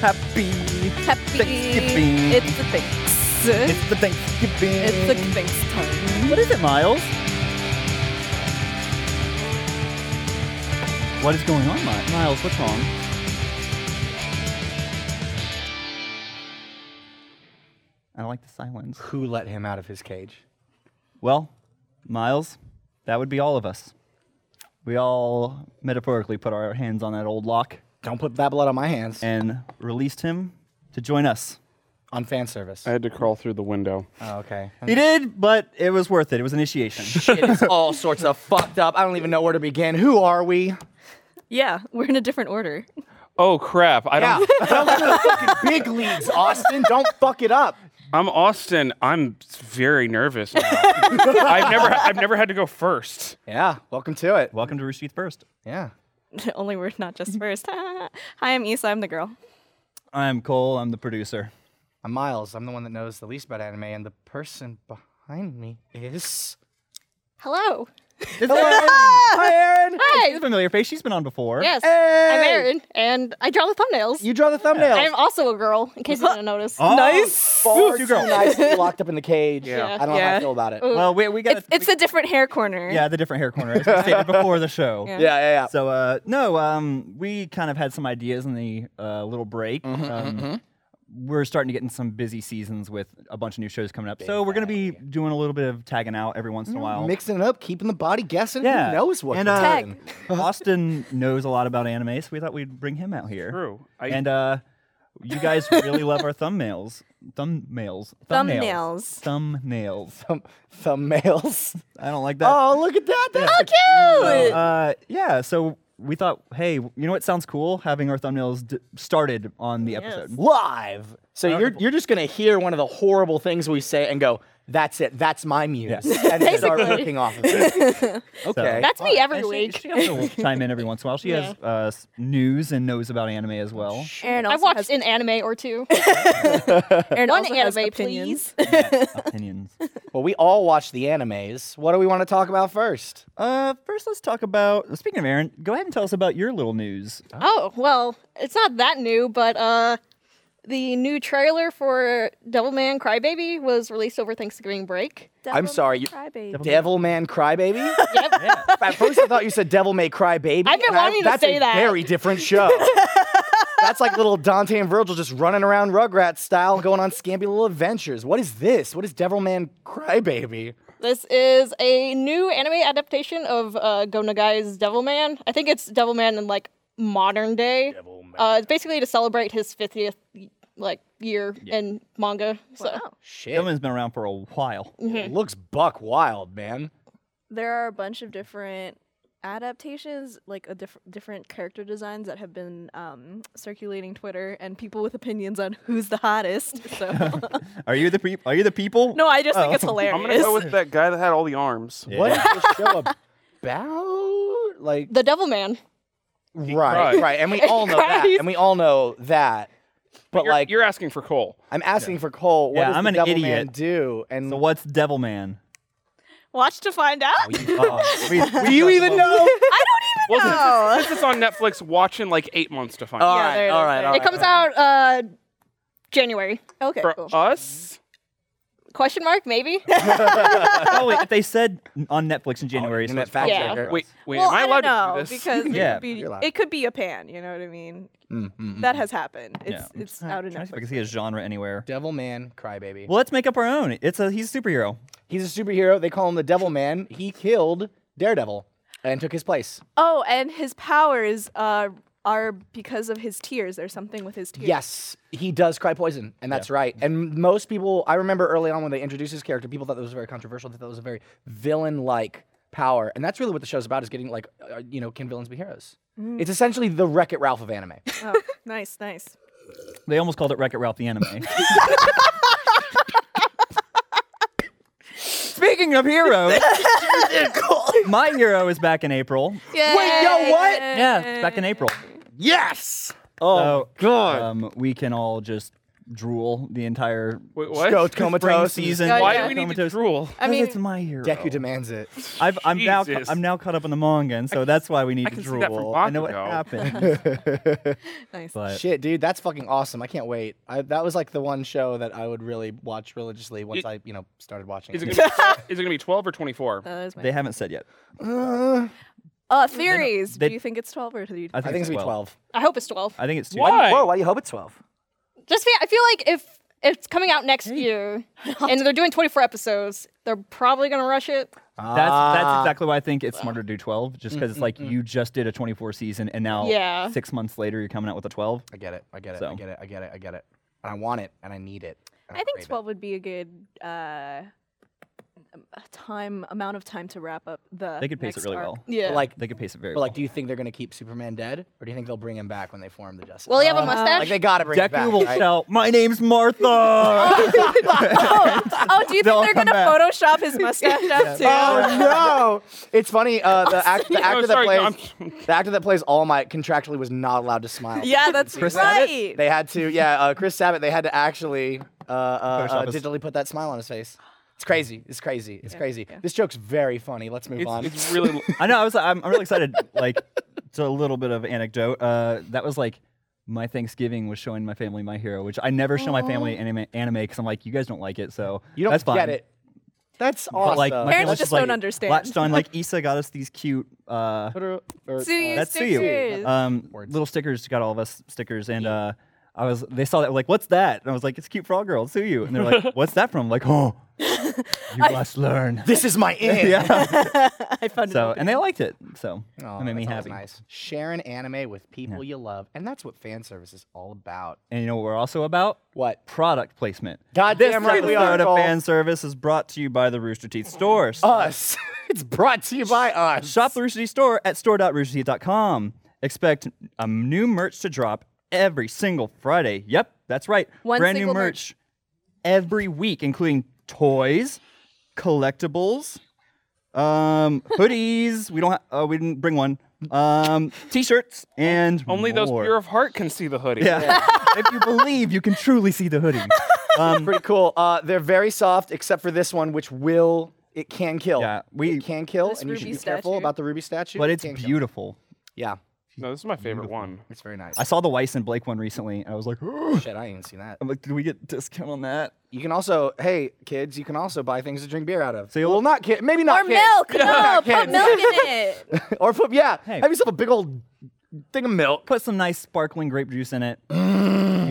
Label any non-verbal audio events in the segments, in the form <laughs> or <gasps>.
Happy Happy Thanksgiving. It's the thanks. It's, It's the Thanksgiving. the thanks time. What is it, Miles? What is going on, Mi- Miles? What's wrong? I like the silence. Who let him out of his cage? Well, Miles, that would be all of us. We all metaphorically put our hands on that old lock Don't put that blood on my hands. and released him to join us. on fan service. I had to crawl through the window. oh, <laughs> okay. He did, but it was worth it. It was <laughs> initiation. Shit is all sorts of fucked up. I don't even know where to begin. Who are we? Yeah, we're in a different order. <laughs> Oh crap! I Yeah. don't. Don't go to the fucking big leagues, Austin. Don't fuck it up. I'm Austin. I'm very nervous. Now. <laughs> I've never. I've never had to go first. Yeah. Welcome to it. Welcome to Rooster Teeth First. Yeah. Only we're not <laughs> just first. <laughs> Hi, I'm Issa. I'm the girl. I'm Cole. I'm the producer. I'm Miles. I'm the one that knows the least about anime, and the person behind me is. Hello. Hi, Erin. Hi. She's a familiar face. She's been on before. Yes, I'm Hey! Erin, and I draw the thumbnails. You draw the thumbnails. I'm also a girl, in case you didn't notice. Oh, Nice. Far you too go. nice to be locked up in the cage. Yeah. I don't know how Yeah. I feel about it. Ooh. Well, we, we got It's, it's a different hair corner. yeah the different hair corner as we stated before the show. Yeah. Yeah, yeah, yeah. So uh, no, um, we kind of had some ideas in the uh, little break. um, We're starting to get in some busy seasons with a bunch of new shows coming up, so we're going to be doing a little bit of tagging out every once in Mm-hmm. a while. Mixing it up, keeping the body guessing. yeah, Who knows what? And to uh, Tag. Austin knows a lot about anime, so we thought we'd bring him out here. True. I, And uh, you guys really love our thumbnails. Thumbnails. Thumbnails. Thumbnails. <laughs> thumb, thumbnails. I don't like that. <laughs> Oh, look at that. That's Oh, cute. Uh, yeah, so we thought, hey, you know what sounds cool? Having our thumbnails d- started on the episode. live. So you're you're just gonna hear one of the horrible things we say and go, "That's it. That's my muse," and then start Basically. working off of it. okay. That's me every And she- week. She, also will chime in every once in a while. She has uh, s- news and knows about anime as well. Aaron I also watched has, <laughs> an anime or two. Aaron One also has anime, opinions. please. <laughs> Opinions. well, we all watch the animes. What do we want to talk about first? Uh, first, let's talk about. Speaking of Aaron, go ahead and tell us about your little news. <laughs> Oh, well, it's not that new, but uh, the new trailer for Devilman Crybaby was released over Thanksgiving break. I'm sorry, you- Crybaby. Devil- Devil Man Crybaby. <laughs> Yep. At first, I thought you said Devil May Cry Baby. I've been and wanting to that's say a that. Very different <laughs> show. that's like little Dante and Virgil just running around Rugrats style, going on scampi little adventures. What is this? What is Devil Man Crybaby? This is a new anime adaptation of uh, Go Nagai's Devilman. I think it's Devilman in like modern day. Uh, it's basically to celebrate his 50th like year in manga. So Mm-hmm. Shit, Devilman's been around for a while. it looks buck wild, man. there are a bunch of different adaptations, like a diff- different character designs that have been um, circulating Twitter and people with opinions on who's the hottest. <laughs> So <laughs> Are you the peop Are you the people? no, I just Oh. think it's I'm hilarious. <laughs> I'm gonna go with that guy that had all the arms. Yeah. What <laughs> is the show about? Like the Devilman. right, cried. right, and we all know that, cries. and we all know that. But You're, like, you're asking for Cole. I'm asking for Cole. What Yeah, does I'm the an devil idiot. man do? And So what's Devilman? Watch to find out. <laughs> Oh, we- we- do you even know? Well, since, it's, since it's on Netflix, watching like eight months to find. all out. Yeah, there right, it all is, right, there all it It right. comes out uh, January. <laughs> Okay, for cool. us, Question mark maybe? oh, wait, if they said on Netflix Oh, in January, so Internet it's fact probably- Yeah. checker. wait, wait, well, am I I allowed don't know to do <laughs> this? because Yeah, it, could be, you're allowed. it could be a pan. You know what I mean? Mm, mm, That mm. has happened. It's Mm-hmm. Yeah. it's out I'm in trying to see if I can see a genre anywhere. Devil Man Crybaby. Well, let's make up our own. It's a he's a superhero. He's a superhero. They call him the Devil Man. He killed Daredevil and took his place. Oh, and his powers uh, are because of his tears. There's something with his tears. Yes, he does cry poison, and that's right. And most people, I remember early on when they introduced his character, people thought that was very controversial. They thought it was a very villain-like power, and that's really what the show's about: is getting like, uh, you know, can villains be heroes? Mm. It's essentially the Wreck-It Ralph of anime. <laughs> Oh, nice, nice. They almost called it Wreck It Ralph the <laughs> anime. Speaking of <laughs> heroes, my hero is back in April. Wait, yo, what? Yeah, it's back in April. Yes. Oh, God. um, we can all just drool the entire Wait, what? Stroke spring comatose. season. Oh, Why yeah. do we need to Comatose. drool? I 'Cause mean, it's my hero. Deku <laughs> demands it. I've, I'm now cu- Jesus. I'm now caught up on the manga, and so that's why we need I to can see drool. that from I know what Bakugo. <laughs> happened. nice. But Shit, dude, that's fucking awesome. I can't wait. I, that was like the one show that I would really watch religiously once It- I, you know, started watching. Is it <laughs> <laughs> gonna be, is it gonna be twelve or twenty four? Uh, there's my- they haven't said yet. Uh, uh, theories. they- do you think it's 12 or do you? I think, I think it's gonna be twelve. I hope it's 12. I think it's two. Why? Whoa, why do you hope it's twelve? Just feel, I feel like if it's coming out next year and they're doing 24 episodes, they're probably going to rush it. That's Ah. that's exactly why I think it's smarter to do twelve, just because it's like you just did a twenty four season, and now Yeah. six months later you're coming out with a twelve. I get it. I get it. I So. get it. I get it. I get it. And I want it, and I need it. and I think crave it. 12 would be a good uh, um, time amount of time to wrap up the. They could pace it next really arc. well. Yeah. But like, They could pace it very but well. like, do you think they're gonna keep Superman dead, or do you think they'll bring him back when they form the Justice? Will he have a League? mustache? Like they gotta bring him Deku back. will right? shout, "My name's Martha." <laughs> Oh, do you They'll think they're come gonna back. <laughs> Photoshop his mustache up too? <laughs> Oh no! It's funny. Uh, <laughs> the, act, Oh, the actor sorry, that plays the actor that plays All Might contractually was not allowed to smile. <laughs> Yeah, that's Chris Abbott? right. They had to. Yeah, uh, Chris Sabat. They had to actually uh, uh, uh, Photoshop his- digitally put that smile on his face. It's crazy. It's crazy. It's crazy. This joke's very funny. Let's move on. It's, <laughs> it's really. I know. I was. I'm, I'm really excited. Like, it's a little bit of anecdote. Uh, that was like my Thanksgiving was showing my family My Hero, which I never show my family anime anime because I'm like, you guys don't like it, so you don't that's fine. get it. That's awesome. But, like, my Parents family's just like, don't understand. Latched on <laughs> like Issa got us these cute. Uh, Or- or, Sue uh, you that's stickers. you. Um, Words. little stickers got all of us stickers, and uh, I was they saw that like, what's that? And I was like, it's cute frog girl, sue you. And they're <laughs> like, what's that from? like, <laughs> oh, you must learn. this is my in. yeah. I found So it. and they liked it, so Aw, it made me Oh, that's always happy. Nice. Sharing anime with people you love, and that's what fan service is all about. And you know what we're also about? What? Product placement. Goddamn This right we are, episode Cole. of fan service is brought to you by the Rooster Teeth Store. Us. <laughs> it's brought to you by us. Shop the Rooster Teeth store at store.roosterteeth.com. Expect a new merch to drop every single Friday. Yep, that's right. One Brand new single merch every week, including toys, collectibles, <laughs> um, hoodies. we don't. Ha- uh, we didn't bring one. Um, t-shirts and Only those more. pure of heart can see the hoodie. Yeah. <laughs> if you believe, you can truly see the <laughs> hoodie. Um, Pretty cool. Uh, they're very soft, except for this one, which will it can kill. Yeah, we- it can kill, This and you should ruby be careful statue. about the ruby statue. but It it's can kill. beautiful. Yeah, No, this is my favorite Mm-hmm. one. it's very nice. I saw the Weiss and Blake one recently, and I was like, Shit, I ain't even seen that. I'm like, did we get discount on that? You can also, hey kids, you can also buy things to drink beer out of. So you'll- well, not kid, maybe not Or kids. milk. <laughs> No, Not put kids. milk in <laughs> it. <laughs> or put yeah. Hey. Have yourself a big old thing of milk. put some nice sparkling grape juice in it. You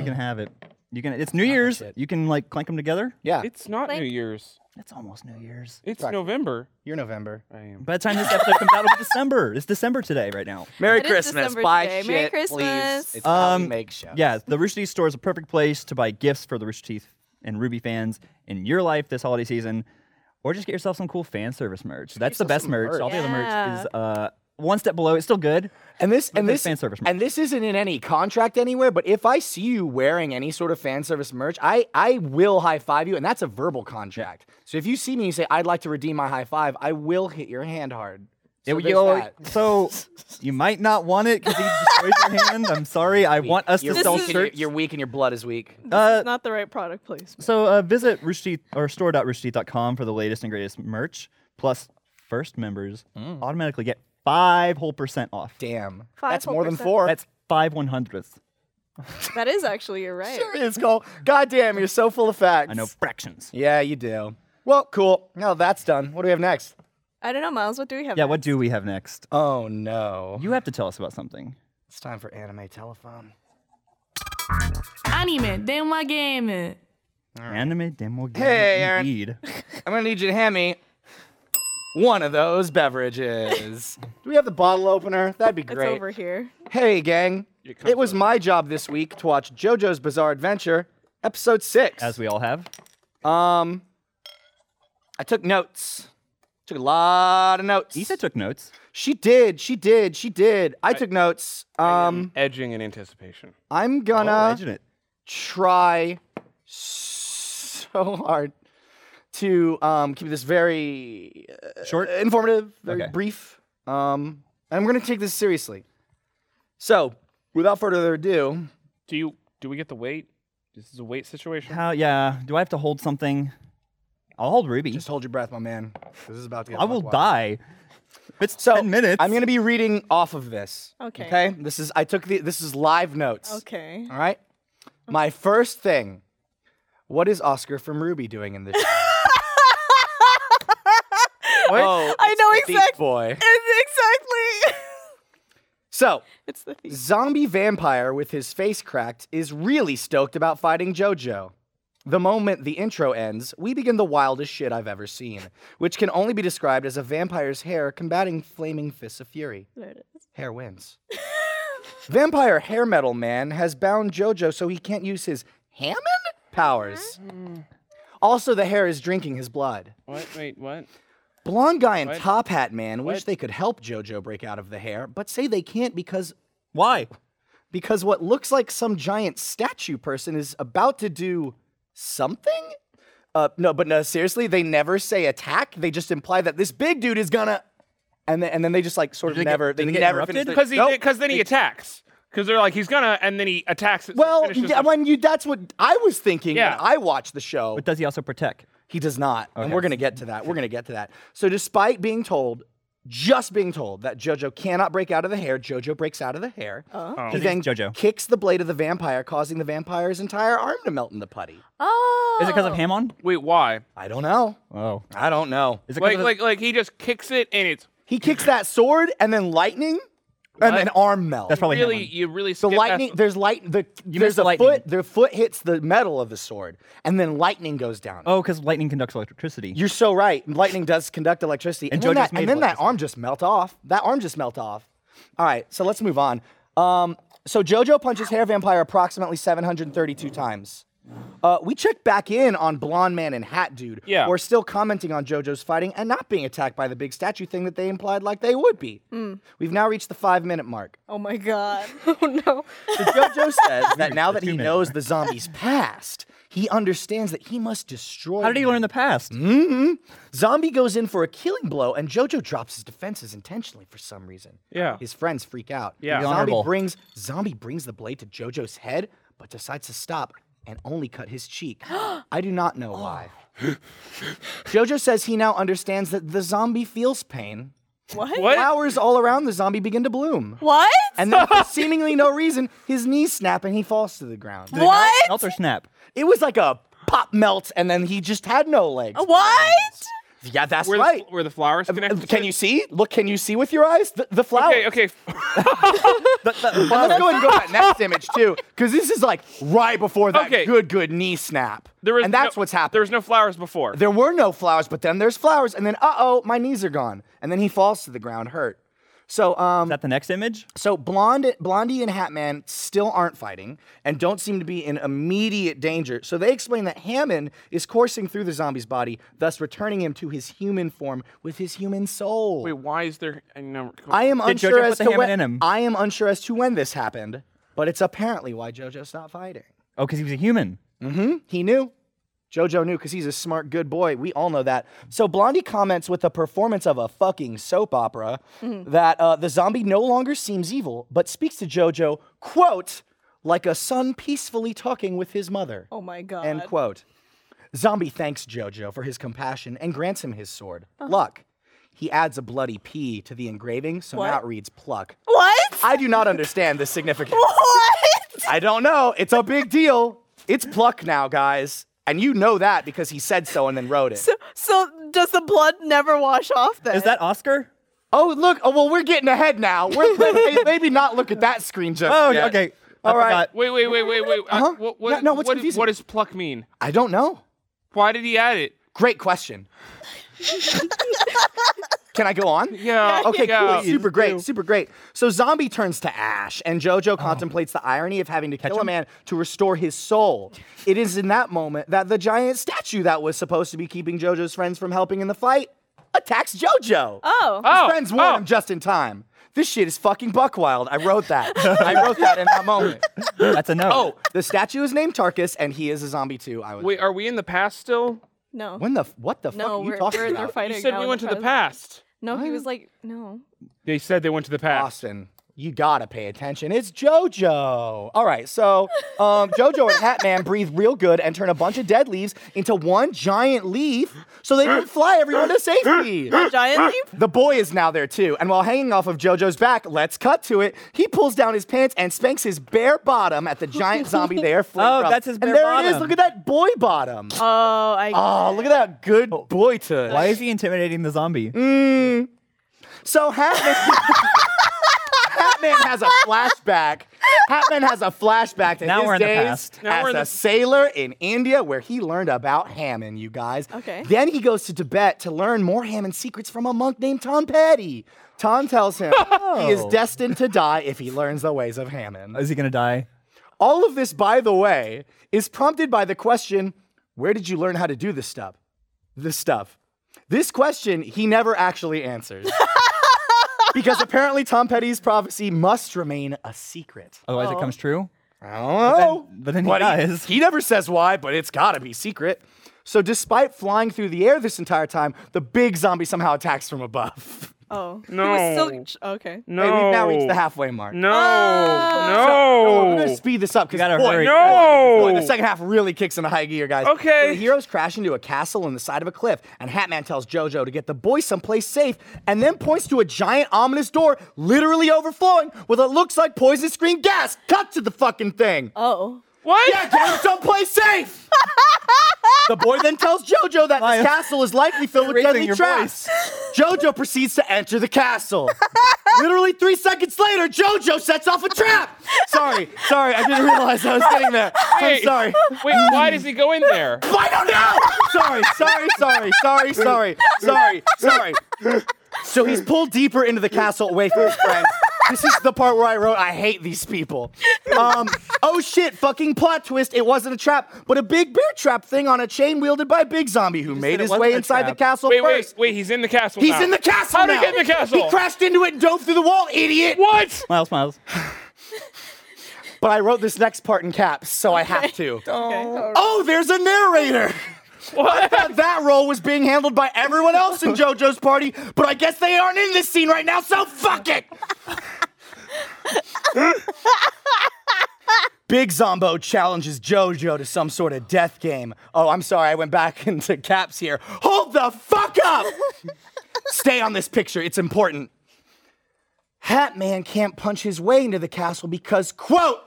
can have it. You can. It's New Year's. shit. You can like clank them together. Yeah, It's not New Year's. It's almost New Year's. It's November. you're November. I am. By the time this episode comes out, it'll be December. It's December today, right now. Merry It is Christmas. December Buy today. shit, Merry please. Christmas. It's how we Um, make shows. Yeah, the Rooster Teeth store is a perfect place to buy gifts for the Rooster Teeth and Ruby fans in your life this holiday season, or just get yourself some cool fan service merch. That's the yourself best some merch. merch. All the other merch Yeah. is uh, one step below. It's still good. And this and there's this fan service merch. and this isn't in any contract anywhere. But if I see you wearing any sort of fan service merch, I I will high five you, and that's a verbal contract. So if you see me, and you say I'd like to redeem my high five. I will hit your hand hard. So It- there's you'll- that. so you might not want it because he destroys your hand. I'm sorry. <laughs> I want us to You're sell weak and your- shirts. You're weak and your blood is weak. Uh, It's not the right product <laughs> placement. So uh, visit Roosterteeth or store.roosterteeth.com for the latest and greatest merch. Plus, first members automatically get five whole percent off. Mm. Damn, Five that's whole more than percent. four. <laughs> That's five one hundredths. That is actually you're right. sure is Cole. Goddamn, you're so full of facts. I know fractions. Yeah, you do. Well, cool. Now that's done. What do we have next? I don't know, Miles. What do we have? Yeah. What do we have next? Oh no, You have to tell us about something. it's time for anime telephone. アニメ電話ゲーム Anime demo game. Hey, Aaron. indeed. I'm gonna need you to hand me one of those beverages. <laughs> Do we have the bottle opener? That'd be It's great. over here. Hey, gang. It was my job this week to watch JoJo's Bizarre Adventure, episode six. As we all <laughs> have. um, I took notes. Took a lot of notes. Issa took notes. she did. She did. She did. I, took notes. Um, Edging in anticipation. I'm Oh, gonna imagine it. try so hard to um, keep this very uh, Short. informative, very Okay. brief. Um, and I'm going to take this seriously. So, without further ado, Do you? Do we get the weight? This is a weight <laughs> situation. How? Yeah. Do I have to hold something? I'll hold Ruby. Just hold your breath, my man. This is about to get. I will wild. die. If It's So ten minutes. I'm gonna be reading off of this. Okay. Okay. This is I took the this is live notes. Okay. All right. My first thing. What is Oscar from Ruby doing in this? <laughs> show? Oh, I it's know the Thief exact- Boy. exactly. <laughs> So, It's the theme. zombie vampire with his face cracked is really stoked about fighting JoJo. The moment the intro ends, we begin the wildest shit I've ever seen, which can only be described as a vampire's hair combating flaming fists of fury. there it is. Hair wins. Vampire hair metal man has bound JoJo so he can't use his Hammond powers. Mm. Also, the hair is drinking his blood. What? Wait, what? Blonde guy and What? top hat man wish What? they could help JoJo break out of the hair, but say they can't because Why? because what looks like some giant statue person is about to do something? Uh, no, but no, seriously, they never say attack. They just imply that this big dude is gonna, and then and then they just like sort of they get- never. did they they get never interrupted? finish their- Because he, Nope. because then he attacks. Because they're like, he's gonna, and then he attacks. It, so it Well, finishes yeah, the- when you that's what I was thinking Yeah. when I watched the show. But does he also protect? He does not. And we're going to get to that. We're going to get to that. So, despite being told, just being told that JoJo cannot break out of the hair, JoJo breaks out of the hair. He His then name's Oh. JoJo. kicks the blade of the vampire, causing the vampire's entire arm to melt into putty. Oh. Is it because of Hamon? wait, why? I don't know. Oh. I don't know. Is it 'cause Like, of- like, like he just kicks it, and it's He kicks that sword and then lightning and then arm melt. that's probably really, Hamon. you really. the skip past lightning, there's light, the, missed there's a the lightning. foot, the foot hits the metal of the sword, and then lightning goes down. Oh, because lightning conducts electricity. You're so right. Lightning does conduct electricity, And and, then, JoJo's that, made and then of that arm just melt off. That arm just melt off. All right, so let's move on. Um, so JoJo punches hair vampire approximately 732 times. Uh, we checked back in on blonde man and hat dude. Yeah. We're still commenting on JoJo's fighting and not being attacked by the big statue thing that they implied like they would be. We've now reached the five minute mark. Oh my god. Oh no. So JoJo says that now that he two-minute knows the zombie's past, he understands that he must destroy. How did he them. learn the past? Zombie goes in for a killing blow, and Jojo drops his defenses intentionally for some reason. Yeah. His friends freak out. Yeah. Be Zombie honorable. brings Zombie brings the blade to Jojo's head, but decides to stop and only cut his <gasps> cheek. I do not know why. Jojo says he now understands that the zombie feels pain. What? Flowers all around the zombie begin to bloom. <laughs> What? And then, <laughs> for seemingly no reason, his knees snap and he falls to the ground. Did it melt- What? Melt or snap? It was like a pop melt, and then he just had no legs. What? Yeah, that's where, right. the, where the flowers Uh, connect. Can you see? Look, can you see with your eyes? The, the flowers. Okay, okay. And let's go ahead and go to that next image too, because this is like right before that Okay. good, good knee snap. There was and that's no, what's happening. There was no flowers before. there were no flowers, but then there's flowers, and then uh oh, my knees are gone, and then he falls to the ground hurt. So Is um, that the next image? so blonde, blondie, and Hatman still aren't fighting and don't seem to be in immediate danger. So they explain that Hammond is coursing through the zombie's body, thus returning him to his human form with his human soul. wait, why is there? I know. I am Did unsure JoJo as put the to hammer when in him? I am unsure as to when this happened, but it's apparently why JoJo stopped fighting. Oh, because he was a human. He knew. JoJo knew because he's a smart, good boy. We all know that. So Blondie comments with the performance of a fucking soap opera Mm-hmm. that uh, the zombie no longer seems evil, but speaks to JoJo, quote, like a son peacefully talking with his mother. Oh my god. End quote. Zombie thanks Jojo for his compassion and grants him his sword. Luck. He adds a bloody P to the engraving, so now it reads pluck. What? I do not understand the significance. <laughs> What? I don't know. It's a big deal. It's pluck now, guys. And you know that because he said so and then wrote it. So, so does the blood never wash off then? Is that Oscar? oh, look. Oh, well, we're getting ahead now. We're, may- maybe not look at that screen just Oh, yet. okay. All I right. forgot. Wait, wait, wait, wait, wait. Uh-huh. Uh, what, what, No, no, what's what- confusing? What does pluck mean? I don't know. Why did he add it? Great question. Can I go on? Yeah. <laughs> Okay, yeah. cool. Super great, super great. So Zombie turns to ash, and Jojo contemplates the irony of having to kill a man to restore his soul. It is in that moment that the giant statue that was supposed to be keeping Jojo's friends from helping in the fight attacks Jojo. Oh. His Oh, friends warn oh. him just in time. This shit is fucking buckwild. I wrote that. <laughs> I wrote that in that moment. <laughs> That's a no. Oh, the statue is named Tarkus, and he is a zombie too. I was. Wait, are we in the past still? No. when the f- what the fuck No, are you we're, talking we're, about? they're fighting. You said now we in went to the present. past. No, he was like, no. They said they went to the past. Austin, you gotta pay attention. It's JoJo. All right, so um, JoJo and Hatman breathe real good and turn a bunch of dead leaves into one giant leaf so they can fly everyone to <laughs> safety. Giant leap. The boy is now there too, and while hanging off of JoJo's back, let's cut to it. He pulls down his pants and spanks his bare bottom at the giant zombie <laughs> they are fleeing Oh, from. that's his bare and there it is. bottom. Look at that boy bottom. Oh, I. Oh, look at that good boy tush. Why is he intimidating the zombie? So Hatman, <laughs> Hatman has a flashback. Hatman has a flashback to Now his we're in the days past. Now we're as in a the- sailor in India, where he learned about Hammond. You guys. Okay. Then he goes to Tibet to learn more Hammond secrets from a monk named Tom Petty. Tom tells him he Oh. is destined to die if he learns the ways of Hammond. Is he gonna die? All of this, by the way, is prompted by the question, where did you learn how to do this stuff? This stuff. This question he never actually answers. because apparently Tom Petty's prophecy must remain a secret. Otherwise, it comes true. I don't know. but then he dies. He, never says why, but it's gotta be secret. So despite flying through the air this entire time, the big zombie somehow attacks from above. <laughs> Oh, No. He was still, okay. No. And we've now reached the halfway mark. No. We're no. gonna speed this up because gotta boy, hurry. No. boy, the second half really kicks into high gear, guys. Okay. So the heroes crash into a castle on the side of a cliff, and Hatman tells JoJo to get the boy someplace safe, and then points to a giant ominous door literally overflowing with what looks like poison screen gas. Cut to the fucking thing. Oh, what? Yeah, get him someplace safe. the boy then tells JoJo that Lion. this castle is likely filled with Raising deadly your traps. JoJo proceeds to enter the castle. Literally three seconds later, JoJo sets off a trap. Sorry, sorry, I didn't realize I was getting there. I'm Wait. sorry. Wait, why does he go in <laughs> there? I don't know. <laughs> Sorry, sorry, sorry, sorry, sorry, sorry, sorry. So he's pulled deeper into the castle away from his friends. This is the part where I wrote, I hate these people. Um, oh shit, fucking plot twist. It wasn't a trap, but a big bear trap thing on a chain wielded by Big Zombie who made said it his wasn't way a inside the trap. castle Wait, wait, first. wait. He's in the castle. He's now. in the castle How did now. he get in the castle? He crashed into it and dove through the wall, idiot. What? Miles, Miles. But I wrote this next part in caps, so I have to. Oh, there's a narrator. I thought that role was being handled by everyone else in JoJo's party, but I guess they aren't in this scene right now, so fuck it. Big Zombo challenges JoJo to some sort of death game. Oh, I'm sorry, I went back <laughs> into caps here. Hold the fuck up! Stay on this picture, it's important. Hatman can't punch his way into the castle because, quote,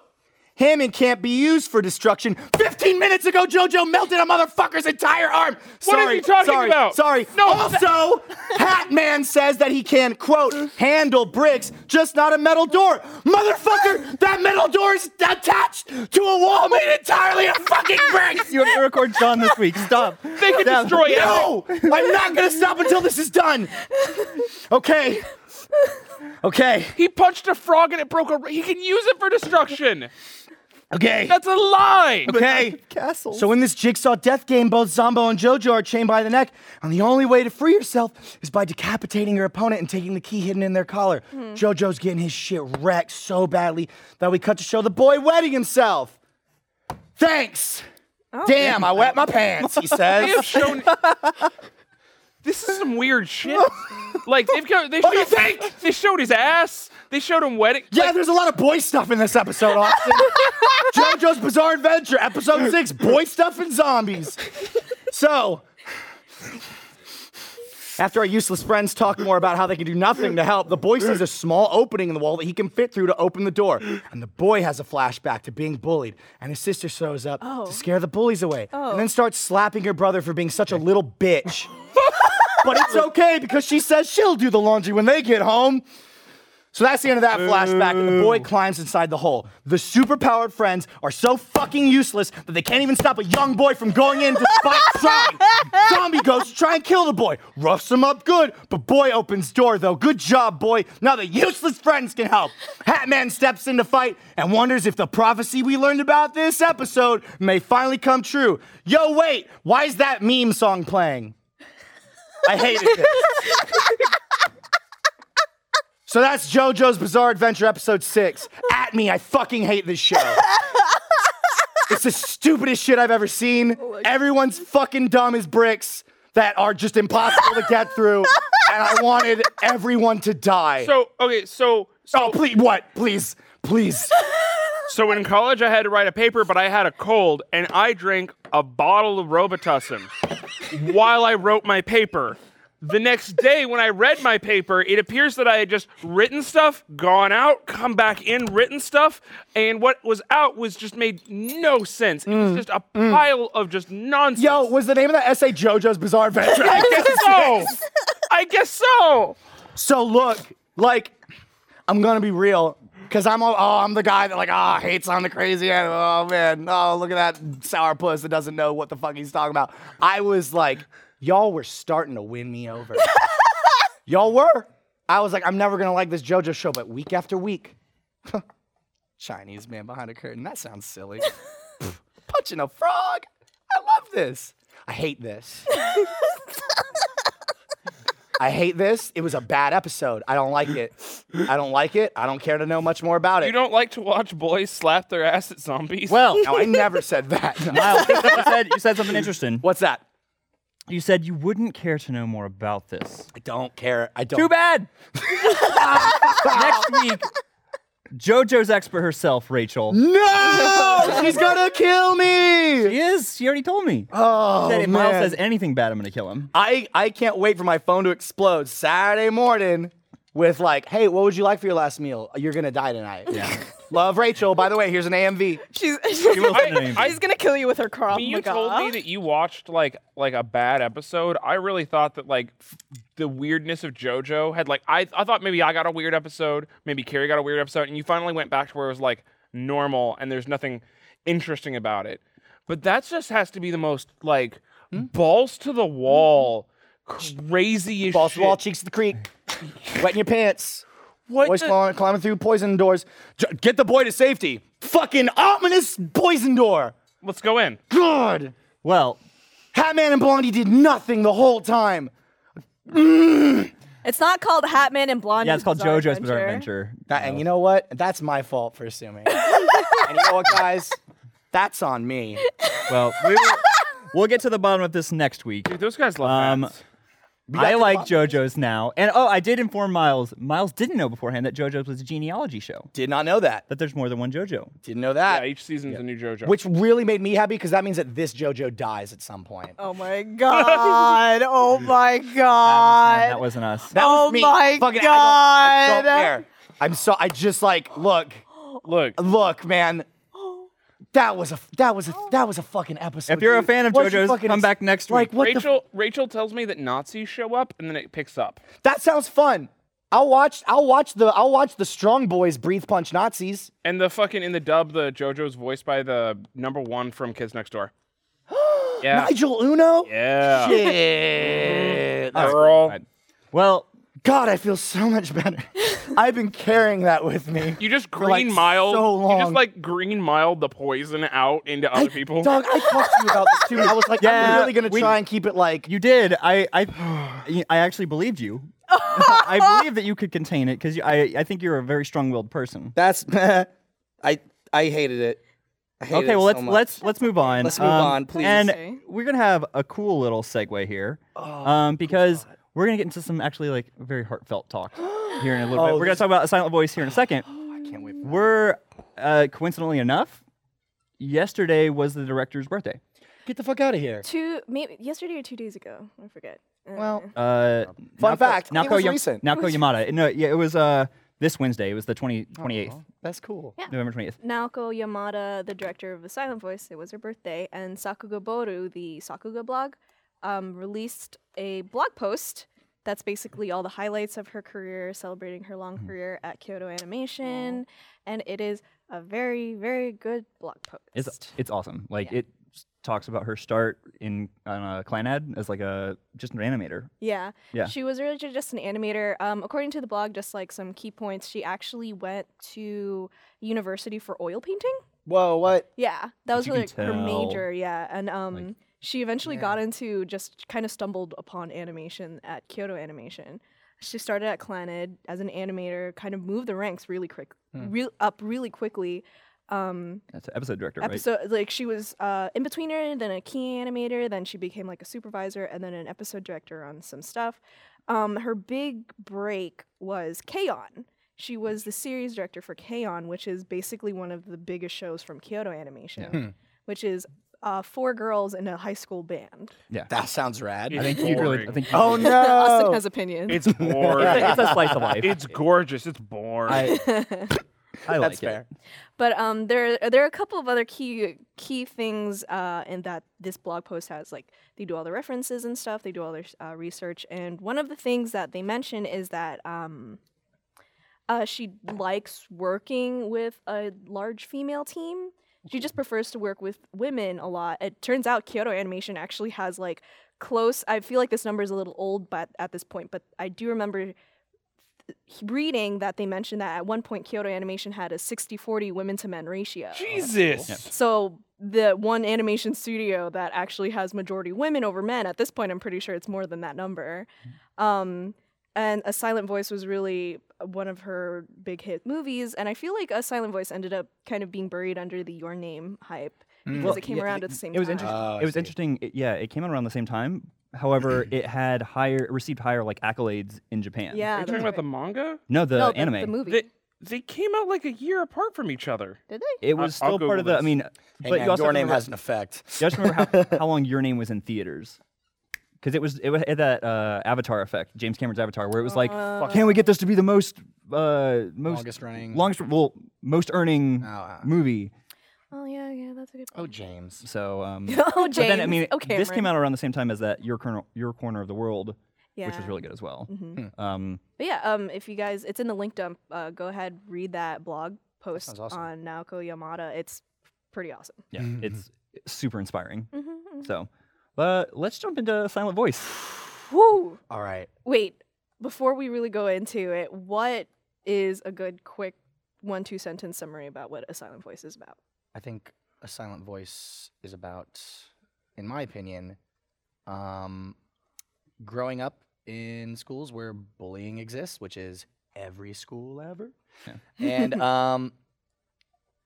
Hammond can't be used for destruction. 15 minutes ago, JoJo melted a motherfucker's entire arm. What is sorry, he talking sorry, about? Sorry. No, also, Hatman says that he can, quote, handle bricks, just not a metal door. Motherfucker, that metal door is attached to a wall made entirely of fucking bricks. You have to record John this week. Stop. They can destroy it. No! I'm not gonna stop until this is done. Okay. Okay. He punched a frog and it broke a. He can use it for destruction. Okay. That's <laughs> a lie. Okay. Castle. So in this jigsaw death game, both Zombo and Jojo are chained by the neck, and the only way to free yourself is by decapitating your opponent and taking the key hidden in their collar. Jojo's getting his shit wrecked so badly that we cut to show the boy wetting himself. Thanks. Damn, I wet my pants, he They says. have shown. <laughs> this is some weird shit. <laughs> Like they've got. They What do you showed- think? They showed his ass. They showed him wedding. Yeah, there's a lot of boy stuff in this episode, Austin. JoJo's Bizarre Adventure, episode six, boy stuff and zombies. So, after our useless friends talk more about how they can do nothing to help, the boy sees a small opening in the wall that he can fit through to open the door. And the boy has a flashback to being bullied, and his sister shows up to scare the bullies away, and then starts slapping her brother for being such a little bitch. but it's okay because she says she'll do the laundry when they get home. So that's the end of that flashback, and the boy climbs inside the hole. The superpowered friends are so fucking useless that they can't even stop a young boy from going in despite trying. Zombie goes to try and kill the boy, roughs him up good, but boy opens door though. Good job, boy. Now the useless friends can help. Hatman steps in to fight and wonders if the prophecy we learned about this episode may finally come true. Yo, wait, why is that meme song playing? I hated this. So that's JoJo's Bizarre Adventure episode six. At me, I fucking hate this show. it's the stupidest shit I've ever seen. Everyone's fucking dumb as bricks that are just impossible to get through. And I wanted everyone to die. So okay. So Oh, please, what? Please, please. So in college, I had to write a paper, but I had a cold, and I drank a bottle of Robitussin while I wrote my paper. The next day, when I read my paper, it appears that I had just written stuff, gone out, come back in, written stuff, and what was out was just made no sense. It was just a pile of just nonsense. Yo, was the name of that essay JoJo's Bizarre Adventure? I guess so. I guess so. So look, like, I'm gonna be real, cause I'm all, oh, I'm the guy that like, ah, hates on the crazy animal. Oh man, oh look at that sourpuss that doesn't know what the fuck he's talking about. I was like, y'all were starting to win me over. y'all were. I was like, I'm never gonna like this JoJo show, but week after week, <laughs> Chinese man behind a curtain. That <laughs> sounds silly. Pff, Punching a frog. I love this. I <laughs> hate this. I hate this. It was a bad episode. I don't like it. I don't like it. I don't care to know much more about it. You don't like to watch boys slap their ass at zombies? Well, no, I never said <laughs> that. Miles, <laughs> you said you said something interesting. What's that? You said you wouldn't care to know more about this. I don't care. I don't. Too bad. <laughs> Next week, JoJo's expert herself, Rachel. Mm. No, she's gonna kill me. She is. She already told me. Oh said if man. Miles says anything bad, I'm gonna kill him. I, I can't wait for my phone to explode Saturday morning with like, hey, what would you like for your last meal? You're gonna die tonight. Yeah. <laughs> Love Rachel. By the way, here's an AMV. She's She <laughs> will send an email. she's gonna kill you with her car. Oh When you told me that you watched like like a bad episode, I really thought that like f- the weirdness of JoJo had like I I thought maybe I got a weird episode, maybe Carrie got a weird episode, and you finally went back to where it was like normal and there's nothing interesting about it. But that just has to be the most like balls to the wall, crazy as Balls to the wall, shit. cheeks to the creek. Wet in your pants. What Boys the- climbing, climbing through poison doors. J- get the boy to safety. Fucking ominous poison door. Let's go in. God. Well, Hatman and Blondie did nothing the whole time. It's not called Hat Man and Blondie. yeah, it's called JoJo's Bizarre Adventure. That- and you know what? That's my fault for assuming. and you know what, guys? That's on me. Well, we will, we'll get to the bottom of this next week. Dude, those guys love Um, hats. I like JoJo's now, and oh, I did inform Miles. Miles didn't know beforehand that JoJo's was a genealogy show. Did not know that. That there's more than one JoJo. Didn't know Yeah, that. each season's a new JoJo. which really made me happy because that means that this JoJo dies at some point. Oh my god! Oh Uh, my That god! wasn't us. <laughs> That Oh was me. my Fucking, I don't, I don't God. care. I'm so. I just like look, look, look, man. That was a that was a that was a fucking episode. If you're a dude. fan of What'd you JoJo's, fucking come ex- back next Like week. what the? F- Rachel Rachel tells me that Nazis show up and then it picks up. that sounds fun. I'll watch. I'll watch the. I'll watch the Strong Boys breathe punch Nazis. And the fucking in the dub, the JoJo's voiced by the number one from Kids Next <gasps> Door. yeah. Nigel Uno. Yeah. Shit. Girl. Well, God, I feel so much <laughs> better. I've been carrying that with me. You just for, like, green mild. so You long. just like green mild the poison out into other people. Dog, I talked to you about this too. and I was like, Yeah, I'm really gonna we- try and keep it like. you did. I I, I actually believed <laughs> you. I believe that you could contain it because I I think you're a very strong-willed person. That's <laughs> I I hated it. I hated okay, it well so let's much. let's let's move on. Um, Let's move on, please. And Okay. we're gonna have a cool little segue here, Oh, um, because we're gonna get into some actually like very heartfelt talk here in a <gasps> little Oh, bit. We're gonna this- talk about Silent Voice here in a second. <gasps> I can't wait. We're uh, coincidentally enough, yesterday was the director's birthday. Get the fuck out of here. Two, maybe yesterday or two days ago. I forget. Uh, Well, Uh, Fun fact, it was Yam- recent. Naoko Yamada. No, yeah, it was uh, this Wednesday. It was the 20, 28th, that's cool. November 28th. Naoko Yamada, the director of The Silent Voice, it was her birthday, and Sakugaboru, the Sakuga blog, um, released a blog post that's basically all the highlights of her career, celebrating her Hmm. long career at Kyoto Animation, and it is a very, very good blog post. It's it's awesome. Like it s- talks about her start in on a Clanad as like a just an animator. Yeah. Yeah. She was really ju- just an animator. Um, according to the blog, just like some key points, she actually went to university for oil painting. Whoa, what? Yeah, that was you really can her tell, major. Yeah, and um, she eventually got into just kind of stumbled upon animation at Kyoto Animation. She started at Clannad as an animator, kind of moved the ranks really quick, real up really quickly. Um, That's an episode director, episode like she was uh, in betweener, then a key animator, then she became like a supervisor, and then an episode director on some stuff. Um, her big break was K-On! She was the series director for K-On!, which is basically one of the biggest shows from Kyoto Animation, which is uh, four girls in a high school band. That sounds rad. <laughs> I think you really. I think you Oh really- Austin no! has opinions. <laughs> It's boring. <laughs> It's a slice of life. It's gorgeous. It's boring. I, I like That's it. fair. <laughs> But um, there there are a couple of other key key things uh, in that this blog post has. Like they do all the references and stuff. They do all their uh, research. And one of the things that they mention is that um, uh, she likes working with a large female team. She just prefers to work with women a lot. It turns out Kyoto Animation actually has like close. I feel like this number is a little old, but at this point, but I do remember reading that they mentioned that at one point Kyoto Animation had a 60-40 women to men ratio. Jesus. So the one animation studio that actually has majority women over men at this point, I'm pretty sure it's more than that number. Mm-hmm. Um, and A Silent Voice was really one of her big hit movies, and I feel like A Silent Voice ended up kind of being buried under the Your Name hype because Mm. Well, it came yeah, around at the same It was time. interesting. Oh, I it was see. interesting. it- yeah, it came out around the same time. <clears throat> However, it had higher received higher like accolades in Japan. Yeah, Are you that's talking about the right. manga? No, the uh, no, the, anime. the movie. They, they came out like a year apart from each other. Did they? It was I'll still part of Google the. I mean, Hey, but man, you also have to your name remember- has an effect. You also remember <laughs> how, how long your name was in theaters. Because it was it was- had that uh, Avatar effect, James Cameron's Avatar, where it was like, can we get this to be the most uh, most Longest running. longest well most earning Oh, oh. movie? Oh yeah, yeah, that's <laughs> a good. <laughs> Oh, James. So um, oh, but then I James. mean, Oh, this came Cameron. out around the same time as that your corner your corner of the world, which was Yeah. Mm-hmm. really good as well. Um, But yeah, um, if you guys, it's in the link dump. Uh, go ahead, read that blog post awesome. on Naoko Yamada. It's pretty awesome. yeah, Mm-hmm. it's super inspiring. So, but let's jump into Silent Voice. Woo! All right. Wait, before we really go into it, what is a good quick one two sentence summary about what a silent voice is about? I think a silent voice is about, in my opinion, um, growing up in schools where bullying exists, which is every school ever. And um,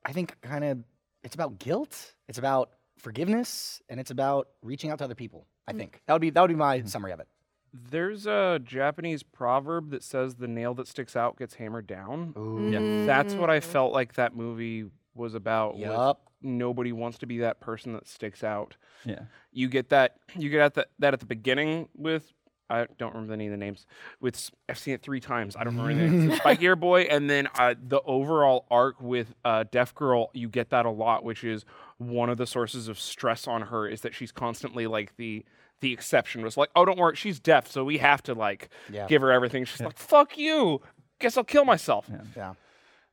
I think kind of it's about guilt, it's about forgiveness, and it's about reaching out to other people. I think that would be that would be my summary of it. There's a Japanese proverb that says the nail that sticks out gets hammered down. Ooh. That's what I felt like that movie was about. with Yup. Nobody wants to be that person that sticks out. Yeah, You get that. You get at the, that at the beginning with. I don't remember any of the names. With s- I've seen it three times. I don't remember any <laughs> of the names. Spike Gear Boy, and then uh, the overall arc with uh, Deaf Girl. You get that a lot, which is one of the sources of stress on her is that she's constantly like the the exception was like, oh, don't worry, she's deaf, so we have to like Yeah. give her everything. She's like, fuck you. Guess I'll kill myself. Yeah.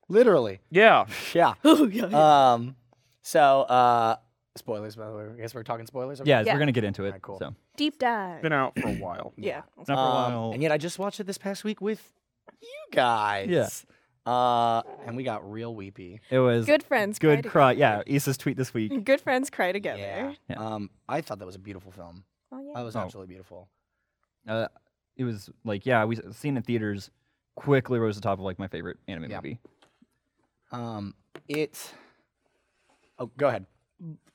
Literally. Yeah. Yeah. Um, so uh, spoilers, by the way. I guess we're talking spoilers. over yeah, here? we're gonna get into it. Alright, cool. So, Deep dive. Been out for a while. yeah. not for Um, a while. And yet I just watched it this past week with you guys. Uh, and we got real weepy. It was Good Mm. friends. good cry. cry. Yeah, Issa's tweet this week. together. <laughs> Good friends cry together. Yeah. Um, I thought that was a beautiful film. Oh yeah. That was Oh. absolutely beautiful. Uh, it was like yeah, we s- seen it in theaters. Quickly rose to the top of like my favorite anime Yeah. movie. Um, it. Oh, go ahead.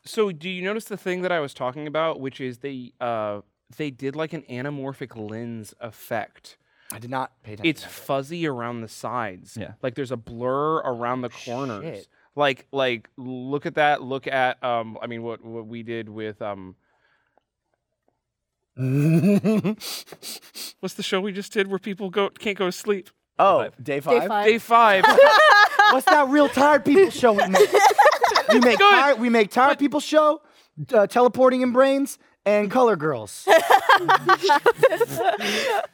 So do you notice the thing that I was talking about, which is they uh they did like an anamorphic lens effect. I did not pay attention. <laughs> It's fuzzy around the sides. Yeah. Like there's a blur around the corners. Shit. Like like look at that. Look at um I mean what what we did with um what's the show we just did where people go can't go to sleep? oh, day five. Day five. Day five. What's that real <laughs> tired people show we make? We make tired. We make tired people show, uh, teleporting in brains, and <laughs> color girls. <laughs>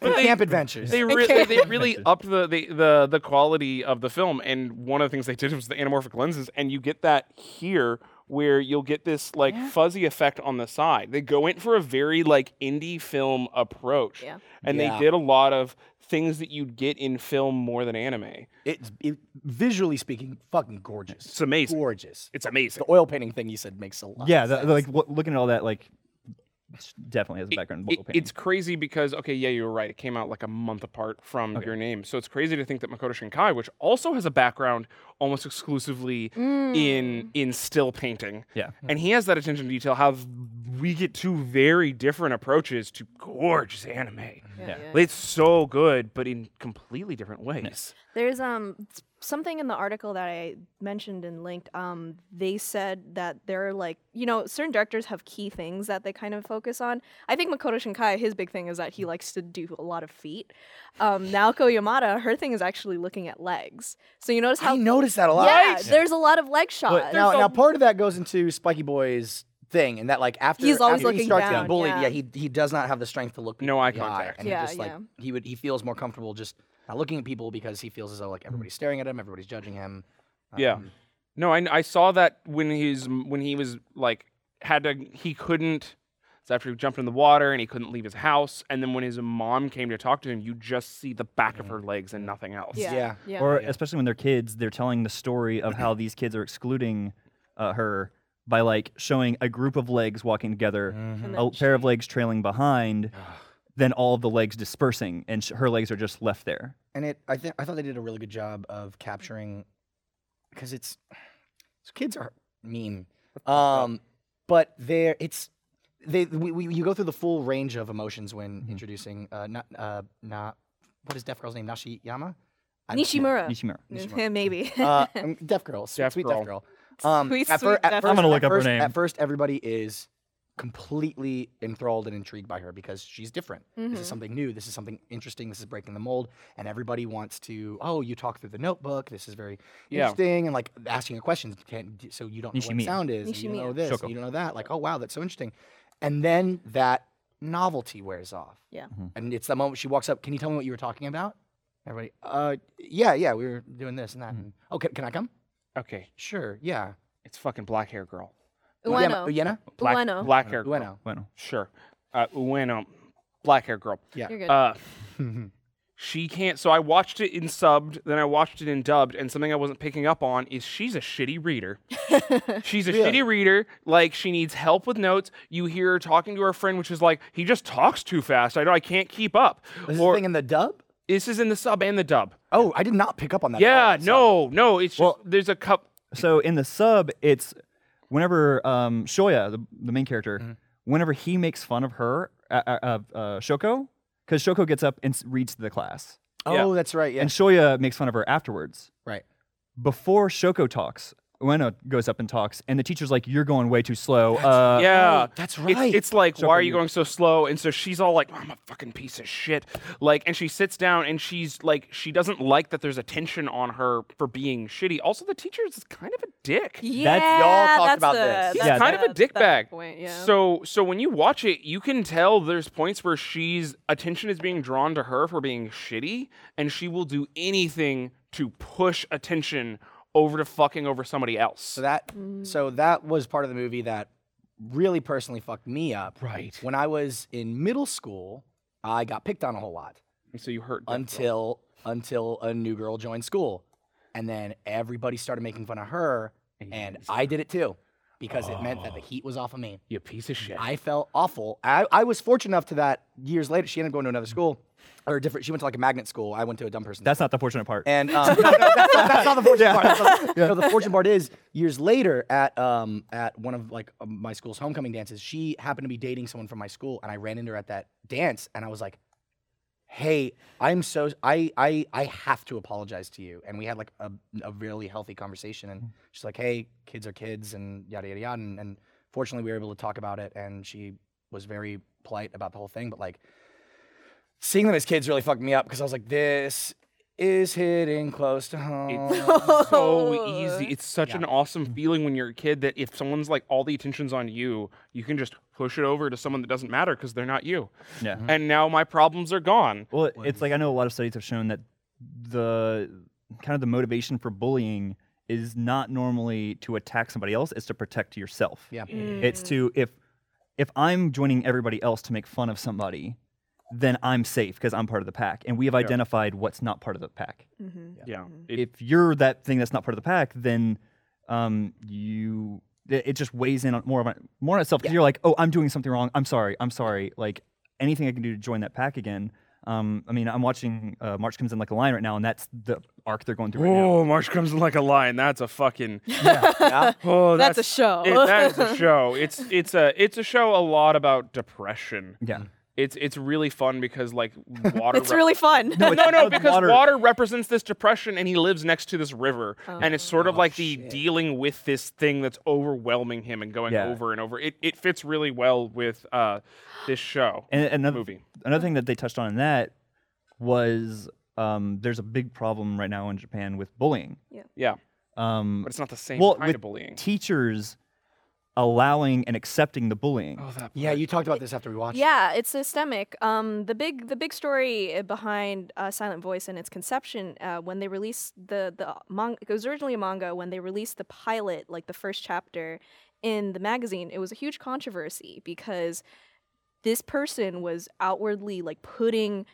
And camp adventures. they, re- they, they really upped the, the, the, the quality of the film. And one of the things they did was the anamorphic lenses, and you get that here where you'll get this like fuzzy effect on the side. They go in for a very like indie film approach. Yeah. And Yeah. they did a lot of things that you'd get in film more than anime. It's it, visually speaking, fucking gorgeous. It's amazing. Gorgeous. It's amazing. The oil painting thing you said makes a lot. Yeah, of the, sense. the, like lo- looking at all that like definitely has a background in It- vocal pain. it's crazy because okay, yeah, you were right. It came out like a month apart from your name, so it's crazy to think that Makoto Shinkai, which also has a background almost exclusively Mm. in in still painting, Yeah. and he has that attention to detail. How th- we get two very different approaches to gorgeous anime. Yeah. It's so good, but in completely different ways. There's um s- something in the article that I mentioned and linked. Um, they said that they're like you know certain directors have key things that they kind of focus on. I think Makoto Shinkai, his big thing is that he likes to do a lot of feet. Um, Naoko Yamada, her thing is actually looking at legs. So you notice how I noticed that a lot. yeah, there's a lot of leg But shots. now, now part of that goes into Spiky Boy's thing, and that like after He's always after he looking starts down, getting bullied, yeah. yeah. he he does not have the strength to look No people eye in the contact. and Yeah, he just like he would he feels more comfortable just not looking at people because he feels as though like everybody's staring at him, everybody's judging him. Yeah. Um, No, I, I saw that when he's when he was like had to he couldn't. It's after he jumped in the water and he couldn't leave his house. And then when his mom came to talk to him, you just see the back of her legs and nothing else. yeah, yeah, yeah. or especially when they're kids, they're telling the story of <clears throat> how these kids are excluding uh, her by like showing a group of legs walking Mm. together, Mm-hmm. a Oh, pair of legs trailing behind, then all of the legs dispersing, and sh- her legs are just left there. and it I think I thought they did a really good job of capturing because it's so kids are mean, um, but they're it's they we, we you go through the full range of emotions when introducing uh not uh not what is deaf girl's name Nashiyama I don't know. Nishimura, Nishimura. <laughs> maybe. <laughs> uh, um, deaf girl sweet Deaf sweet girl. deaf girl um Sweet, at, sweet at deaf first, girl. I'm gonna look at up her first, name. at first everybody is completely enthralled and intrigued by her because she's different this Mm-hmm. is something new. This is something interesting. This is breaking the mold. And everybody wants to, oh, you talk through the notebook. This is very Yeah. interesting. And like asking a question. Can't, d- so you don't know Nishimiya. what sound is. and You don't know Nishimiya. this. and Shoko. You don't know that. Like, oh, wow, that's so interesting. And then that novelty wears off. Yeah. Mm-hmm. And it's the moment she walks up. Can you tell me what you were talking about? Everybody, uh, yeah, yeah, we were doing this and that. Mm-hmm. And, oh, can, can I come? Okay, Sure, yeah. it's fucking black hair girl. Yeah, ma- Ueno, Uyena? Black, Ueno. Black hair. Girl. Ueno. Bueno. Sure. Uh, Ueno. Black hair girl. Yeah. You're good. <laughs> Uh, she can't. So I watched it in subbed, then I watched it in dubbed, and something I wasn't picking up on is she's a shitty reader. she's a shitty reader. Like she needs help with notes. You hear her talking to her friend, which is like he just talks too fast. I don't. I can't keep up. This is the or thing in the dub? this is in the sub and the dub. Oh, I did not pick up on that. at all. Yeah. So- No. No. It's just, Well- there's a cup. Mm. So in the sub, it's whenever um, Shoya, the, the main character, Mm-hmm. whenever he makes fun of her, uh, uh, of, uh, Shoko, because Shoko gets up and s- reads to the class, Yeah. Oh, that's right. Yeah. and Shoya makes fun of her afterwards. right. before Shoko talks, Ueno goes up and talks, and the teacher's like, "You're going way too slow." Uh, Oh, Yeah, that's It's, right. it's like, why are you Chocobo. going so slow? And so she's all like, I'm a fucking piece of shit. Like, and she sits down and she's like, she doesn't like that there's attention on her for being shitty. Also, the teacher is kind of a dick. Yeah, y'all talked that's about a- this. He's that's kind of a that's dickbag. point, yeah. So, so when you watch it, you can tell there's points where she's attention is being drawn to her for being shitty, and she will do anything to push attention over to fucking over somebody else. So that Mm. so that was part of the movie that really personally fucked me up. Right. When I was in middle school, I got picked on a whole lot And so you hurt that girl. until until a new girl joined school. And then everybody started making fun of her and I did it too because it meant that the heat was off of me. you piece of shit. I felt awful. I, I was fortunate enough to that years later. She ended up going to another school or a different. She went to like a magnet school. I went to a dumb person. <laughs> that's not the fortunate part. And um, <laughs> no, no, that's, not, that's not the fortune part. That's not- No, the fortune part is years later at um at one of like um, my school's homecoming dances. She happened to be dating someone from my school, and I ran into her at that dance, and I was like, "Hey, I'm so I I I have to apologize to you." And we had like a a really healthy conversation, and she's like, "Hey, kids are kids," and yada yada yada, and, and fortunately we were able to talk about it, and she was very polite about the whole thing, but like seeing them as kids really fucked me up because I was like, this is hitting close to <laughs> home. It's so easy. It's such an awesome feeling when you're a kid that if someone's like all the attention's on you, you can just push it over to someone that doesn't matter because they're not you. Yeah. Mhm. And now my problems are gone. Well, it's like I know a lot of studies have shown that the kind of the motivation for bullying is not normally to attack somebody else; it's to protect yourself. Yeah. It's to if if I'm joining everybody else to make fun of somebody, then I'm safe because I'm part of the pack, and we have identified what's not part of the pack. Yeah. It- if you're that thing that's not part of the pack, then um, you it it just weighs in on more of my, more on itself because you're like, oh, I'm doing something wrong. I'm sorry. I'm sorry. Like anything I can do to join that pack again. Um, I mean, I'm watching uh, March comes in like a line right now, and that's the arc they're going through right now. Oh, March comes in like a lion. That's a fucking. <laughs> Oh, That's that's, a show. it- that is a show. It's it's a it's a show a lot about depression. Yeah. It's it's really fun because like water. It's really fun. <laughs> No, <laughs> no, no, because water. water. represents this depression, and he lives next to this river, Oh. and it's sort of Oh, like the dealing with this thing that's overwhelming him and going Yeah. over and over. It it fits really well with uh, this show. And another movie. another thing that they touched on in that was um, there's a big problem right now in Japan with bullying. yeah, Um, but it's not the same well, kind with of bullying. teachers allowing and accepting the bullying. oh, that Yeah, you talked about this after we watched. it. Yeah, it's systemic. Um, the big the big story uh, behind uh, Silent Voice and its conception uh, when they released the the manga it was originally a manga when they released the pilot like the first chapter in the magazine it was a huge controversy because this person was outwardly like putting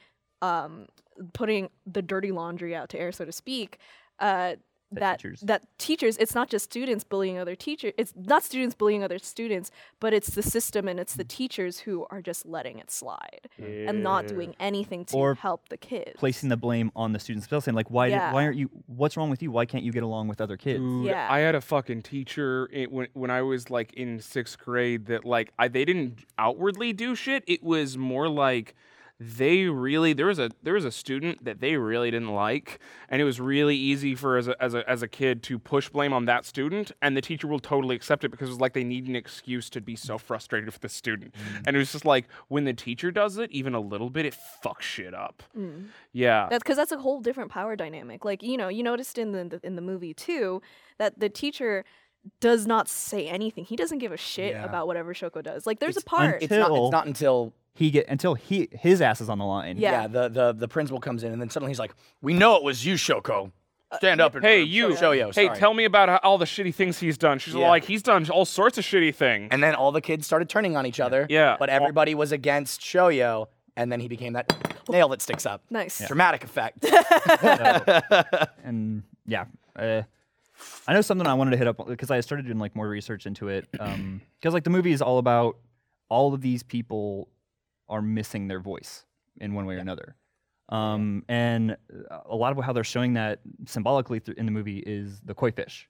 um, putting the dirty laundry out to air so to speak. Uh, That that teachers- that teachers it's not just students bullying other teachers it's not students bullying other students but it's the system and it's the teachers who are just letting it slide and not doing anything to Or help the kids Placing the blame on the students themselves, saying like, "Why, Yeah. Mm. did, why aren't you? What's wrong with you? Why can't you get along with other kids?" Dude, Yeah. I had a fucking teacher it, when when I was like in sixth grade that like I they didn't outwardly do shit. It was more like they really there was a there was a student that they really didn't like, and it was really easy for as a as a as a kid to push blame on that student, and the teacher will totally accept it because it was like they need an excuse to be so frustrated with the student, and it was just like when the teacher does it even a little bit, it fucks shit up. Yeah. That's because that's a whole different power dynamic. Like you know, you noticed in the, the in the movie too that the teacher does not say anything. He doesn't give a shit Yeah. about whatever Shoko does. Like there's It's a part. until- It's not, Till- it's not until He get until he his ass is on the line. Yeah. yeah. the, the the principal comes in and then suddenly he's like, "We know it was you, Shoko. Stand up and Hey uh, you! show yo. hey, sorry." tell me about how- all the shitty things he's done. She's Yeah. like, he's done all sorts of shitty things. And then all the kids started turning on each other. Yeah. But everybody was against Shoyo, and then he became that nail that sticks up. Nice. Dramatic <laughs> effect. and yeah, uh, I know something I wanted to hit up because I started doing like more research into <clears throat> it because like the movie is all about all of these people are missing their voice in one way or another, um, and uh, a lot of how they're showing that symbolically through, in the movie is the koi fish,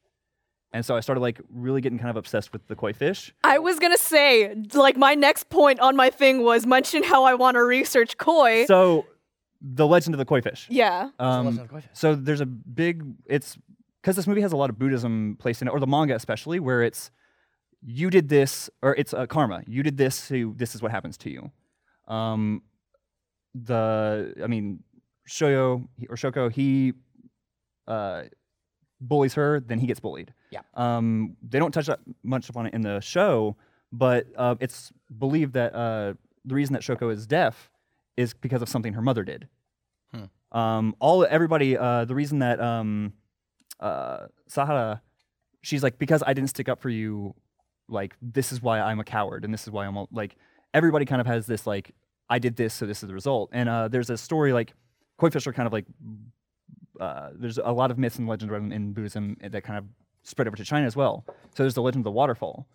and so I started like really getting kind of obsessed with the koi fish. I was gonna say, like, my next point on my thing was mention how I want to research koi. So the legend of the koi fish. yeah. <laughs> Um, So there's a big it's because this movie has a lot of Buddhism placed in it, or the manga especially, where it's you did this, or it's uh, karma. You did this, so this is what happens to you. Um, the I mean, Shoyo he- or Shoko, he uh, bullies her, then he gets bullied. Yeah. Um, they don't touch that much upon it in the show, but uh, it's believed that uh, the reason that Shoko is deaf is because of something her mother did. Um, all everybody, uh, the reason that um, uh, Sahara, she's like because I didn't stick up for you, like this is why I'm a coward and this is why I'm a, like everybody kind of has this like I did this so this is the result. And uh, there's a story like koi fish are kind of like uh, there's a lot of myths and legends around in Buddhism that kind of spread over to China as well. So there's the legend of the waterfall.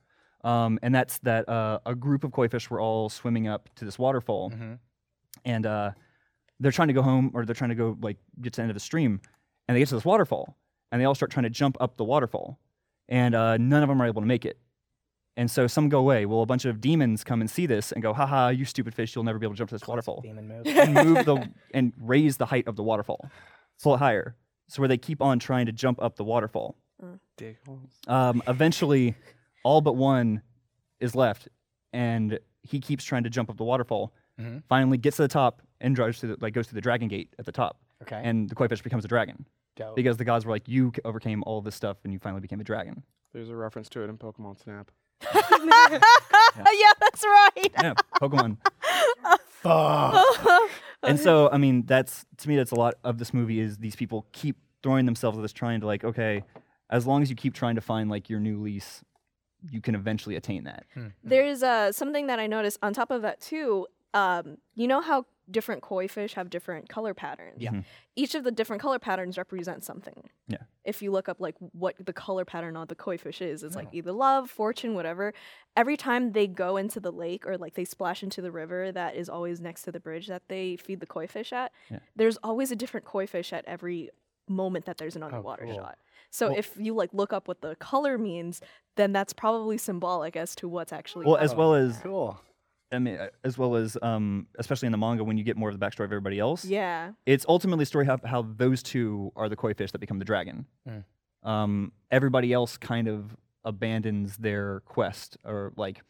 Um, and that's that uh, a group of koi fish were all swimming up to this waterfall, and uh, they're trying to go home or they're trying to go like get to the end of the stream, and they get to this waterfall, and they all start trying to jump up the waterfall, and uh, none of them are able to make it. And so some go away. Well, a bunch of demons come and see this and go, "Haha, you stupid fish! You'll never be able to jump to this waterfall." Demon move. and move the and raise the height of the waterfall, float higher. So where they keep on trying to jump up the waterfall. Um, eventually, all but one is left, and he keeps trying to jump up the waterfall. Mhm. Finally, gets to the top and drives through the, like goes through the dragon gate at the top, Okay. and the koi fish becomes a dragon Dope. because the gods were like, "You c- overcame all this stuff, and you finally became a dragon." There's a reference to it in Pokemon Snap. yeah, that's right. Yeah, Pokemon. Fuck. and so i mean that's to me that's a lot of this movie is these people keep throwing themselves at this trying to like okay as long as you keep trying to find like your new lease you can eventually attain that There's uh, something that I noticed on top of that too. um, you know how different koi fish have different color patterns. Yeah. Mhm. Each of the different color patterns represents something. Mm-hmm. Yeah. If you look up like what the color pattern on the koi fish is, it's like either love, fortune, whatever. Every time they go into the lake or like they splash into the river that is always next to the bridge that they feed the koi fish at, Yeah. there's always a different koi fish at every moment that there's an underwater shot. So if you like look up what the color means, then that's probably symbolic as to what's actually Well, as well as Cool. I mean, uh, as well as um, especially in the manga when you get more of the backstory of everybody else. Yeah. It's ultimately a story how, how those two are the koi fish that become the dragon. Um, everybody else kind of abandons their quest or like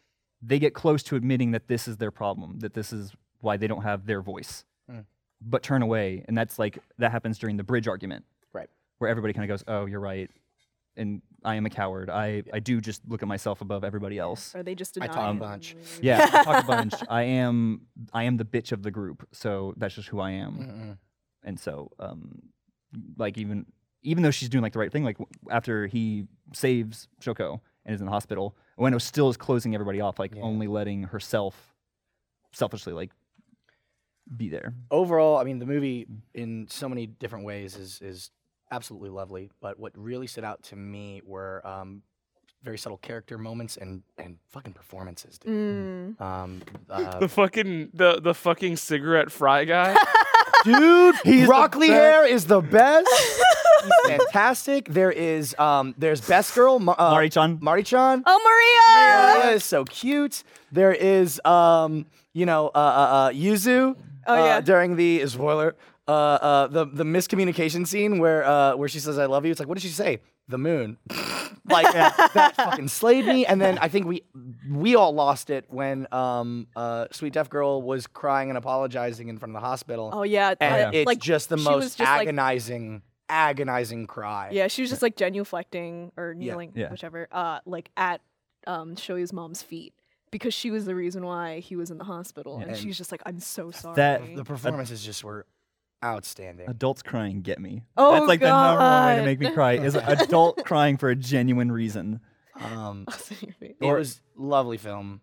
they get close to admitting that this is their problem, that this is why they don't have their voice, but turn away. And that's like that happens during the bridge argument, Right. where everybody kind of goes, "Oh, you're right," and I am a coward. I I do just look at myself above everybody else. Or they just I deny talk a it. bunch. Yeah, I talk a bunch. I am I am the bitch of the group, so that's just who I Mm-hmm. am. And so, um, like even even though she's doing like the right thing, like w- after he saves Shoko and is in the hospital, Ueno still is closing everybody off, like only letting herself selfishly like be there. overall, I mean, the movie in so many different ways is is absolutely lovely. But what really stood out to me were um, very subtle character moments and and fucking performances, Mm. dude. Um, uh, The fucking the the fucking cigarette fry guy. dude, the broccoli best. hair is the best. He's fantastic. There is um, there's best girl Ma- uh, Mari-chan. Mari-chan. Oh, Maria! <laughs> Maria is so cute. There is, um, you know, uh, uh, uh, Yuzu. Oh, uh, yeah. During the spoiler, uh, uh, the the miscommunication scene where uh, where she says "I love you." It's like, what did she say? The <laughs> moon. like that fucking slayed me. And then I think we we all lost it when um, uh, Sweet Deaf Girl was crying and apologizing in front of the hospital. Oh yeah. And uh, it's like just the she was most just, like- agonizing, agonizing cry. Yeah, she was just like genuflecting or kneeling, Yeah. whichever, uh, like at um, Shoyu's mom's feet because she was the reason why he was in the hospital, and, And- she's just like, "I'm so sorry." The performances just were outstanding. Adults crying get me. Oh, that's like the number one way to God. <laughs> make me <laughs> cry is adult crying for a genuine reason. Um, nice. It <laughs> was lovely film,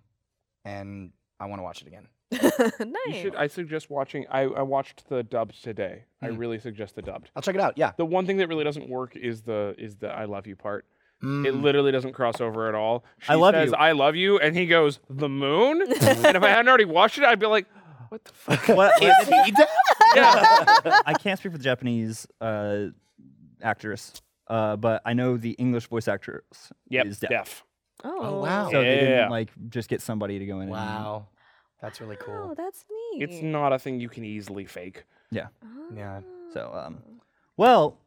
and I want to watch it again. You should. I suggest watching. I, I watched the dubbed today. I Hmm. really suggest the dubbed. I'll check it out. Yeah, The one thing that really doesn't work is the is the I love you part. It Mm. literally doesn't cross over at all. She Hmm. I love says, you. I love you, and he goes the <laughs> moon. and if I hadn't already watched it, I'd be like, what the fuck? What, what- Yeah. I can't speak for the Japanese uh, actress, uh, but I know the English voice actress yep. is Deaf. deaf. Oh wow. So they Yeah. didn't like just get somebody to go in. and- wow, that's really Oh, cool. that's neat. It's not a thing you can easily fake. Yeah, so, um, Oh. well,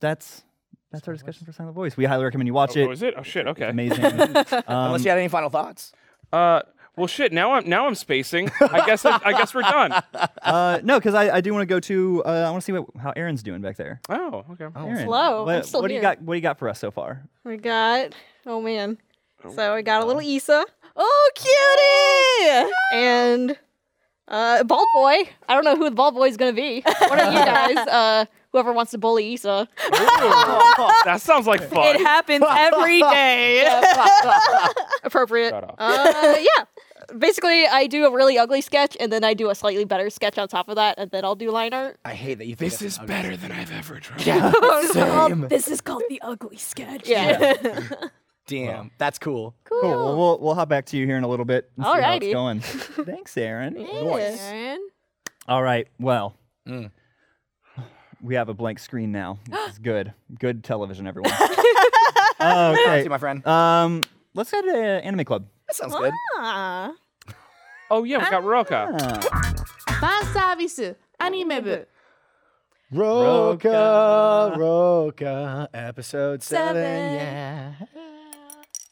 that's that's our discussion for Silent Voice. We highly recommend you watch Oh, it. oh, is it? Oh shit. It's Okay. amazing. Um, unless you had any final thoughts. Uh, well, shit. Now I'm now I'm spacing. I guess I, I guess we're done. <laughs> uh, no, because I, I do want to go to. Uh, I want to see what, how Aaron's doing back there. Oh, okay. Aaron, Slow. I'm What, still what do you here. got? What do you got for us so far? We got oh man. So we got a little Issa. Oh cutie! And uh bald boy. I don't know who the bald boy is gonna be. One of you guys. Uh whoever wants to bully Issa. That sounds like fun. it happens every <laughs> day. <laughs> Appropriate. Shut up. Oh. Uh yeah. Basically I do a really ugly sketch and then I do a slightly better sketch on top of that and then I'll do line art. I hate that you. Think This that's is an better than I've ever tried. ugly- Same. This is called the ugly sketch. Yeah. <laughs> Damn, that's cool. cool. Cool. Well, we'll we'll hop back to you here in a little bit. And see how it's Alrighty. <laughs> going. Thanks, Aaron. Yeah. All right. Well, Mm. <sighs> we have a blank screen now. <gasps> This is good. Good television, everyone. <laughs> okay. See my friend. Um, let's go to uh, Anime Club. That sounds good. Oh yeah, we got Roka. Ah. ファンサービスアニメ部 Roka, Roka, episode seven. Yeah.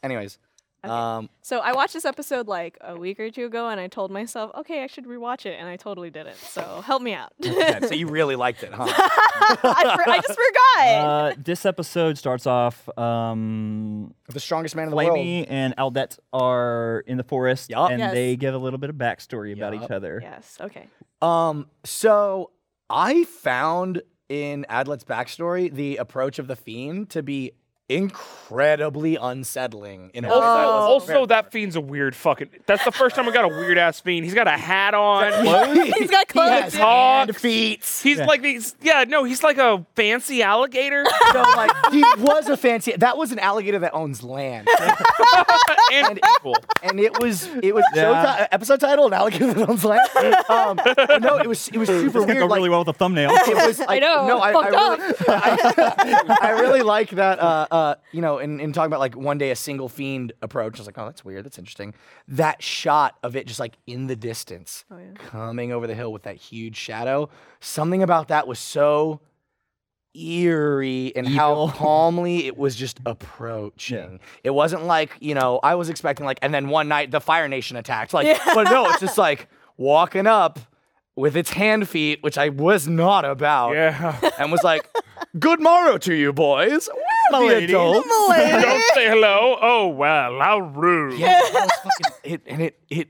Anyways, um, So I watched this episode like a week or two ago, and I told myself, "Okay, I should rewatch it," and I totally didn't. So help me out. <laughs> I, so you really liked it, huh? for- <laughs> I just forgot. Uh, this episode starts off. Um, the strongest man in the world. Flamey and Aldette are in the forest, Yup. and Yes. they give a little bit of backstory about each Yup. other. yes. Okay. Um, so I found in Adlet's backstory the approach of the fiend to be incredibly unsettling. In a way Also, Oh, that was also, that fiend's a weird fucking. That's the first time we got a weird ass fiend. He's got a <laughs> hat on. clothes. Oh. <laughs> He's got He clothes. has hand feet. He's like these. Yeah, no, he's like a fancy <laughs> alligator So <laughs> like he was a fancy. That was an alligator that owns land, and equal. and it was it was Yeah. showti- episode title an alligator that <laughs> owns land. Um, no, it was it was super It's gonna weird. go like, really well with a <laughs> thumbnail. it was like, know, No, I, I, fucked really, <laughs> I, I really like that. Uh, uh, you know, in, in talking about like one day a single fiend approach, I was like, oh, that's weird. That's interesting. That shot of it just like in the distance, Oh, coming over the hill with that huge shadow. Something about that was so eerie and how calmly it was just approaching. It wasn't like, you know, I was expecting like, and then one night the Fire Nation attacked. Like, but no, <laughs> it's just like walking up with its hand feet, which I was not about. <laughs> Yeah. And was like, good morrow to you boys. We're the Milady. adults. Don't say hello. Oh well, how rude. <laughs> Yeah, I was fucking- it, and it, it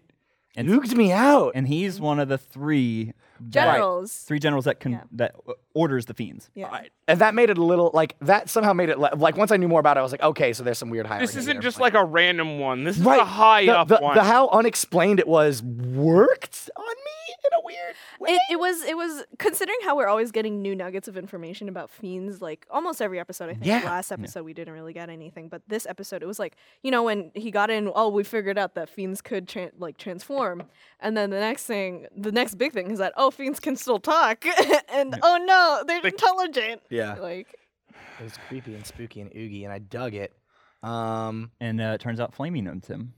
nuked me out. and he's one of the three that- Generals. three generals that can that uh, orders the fiends. Yeah. And that made it a little like that somehow made it le- like once I knew more about it, I was like, okay, so there's some weird hierarchy. This isn't here. just Like- like a random one. This is right a high the, up the, one. the how unexplained it was worked on me in a weird way It, it was it was considering how we're always getting new nuggets of information about fiends like almost every episode I think Yeah. last episode we didn't really get anything but this episode it was like you know when he got in oh we figured out that fiends could tran like transform and then the next thing the next big thing is that oh fiends can still talk <laughs> and oh no they're intelligent Yeah. like it was creepy and spooky and oogie and i dug it um And uh, it turns out Flamey knows him.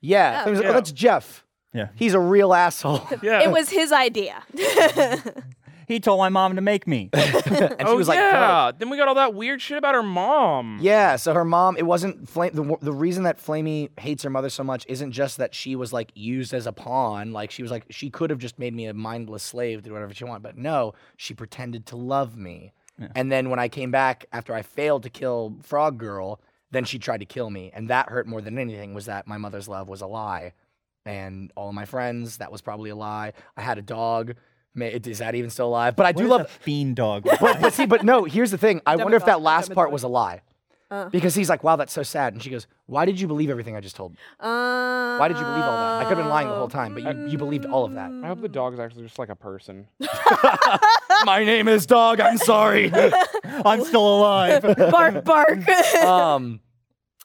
yeah, I was like, oh, Yeah. that's jeff Yeah. he's a real asshole yeah. it was his idea He told my mom to make <laughs> me. <laughs> and oh she was like yeah. "Good." Then we got all that weird shit about her mom. yeah so her mom it wasn't flame the, wo- the reason that flamey hates her mother so much isn't just that she was like used as a pawn like she was like she could have just made me a mindless slave did whatever she wanted but no she pretended to love me and then when i came back after i failed to kill frog girl then she tried to kill me and that hurt more than anything was that my mother's love was a lie and all of my friends that was probably a lie i had a dog May, is that even still alive but i What do is love <laughs> a fiend dog. but, but see, but no, here's the thing. I wonder if that Demigod, last part demigod. was a lie. Uh. because he's like, wow, that's so sad. And she goes, why did you believe everything I just told? uh, Why did you believe all that? I could have been lying the whole time, but you, you believed all of that. Mm. I hope the dog's actually just like a person. My name is Dog. I'm <laughs> sorry. I'm still <laughs> alive. bark, bark. <laughs> um,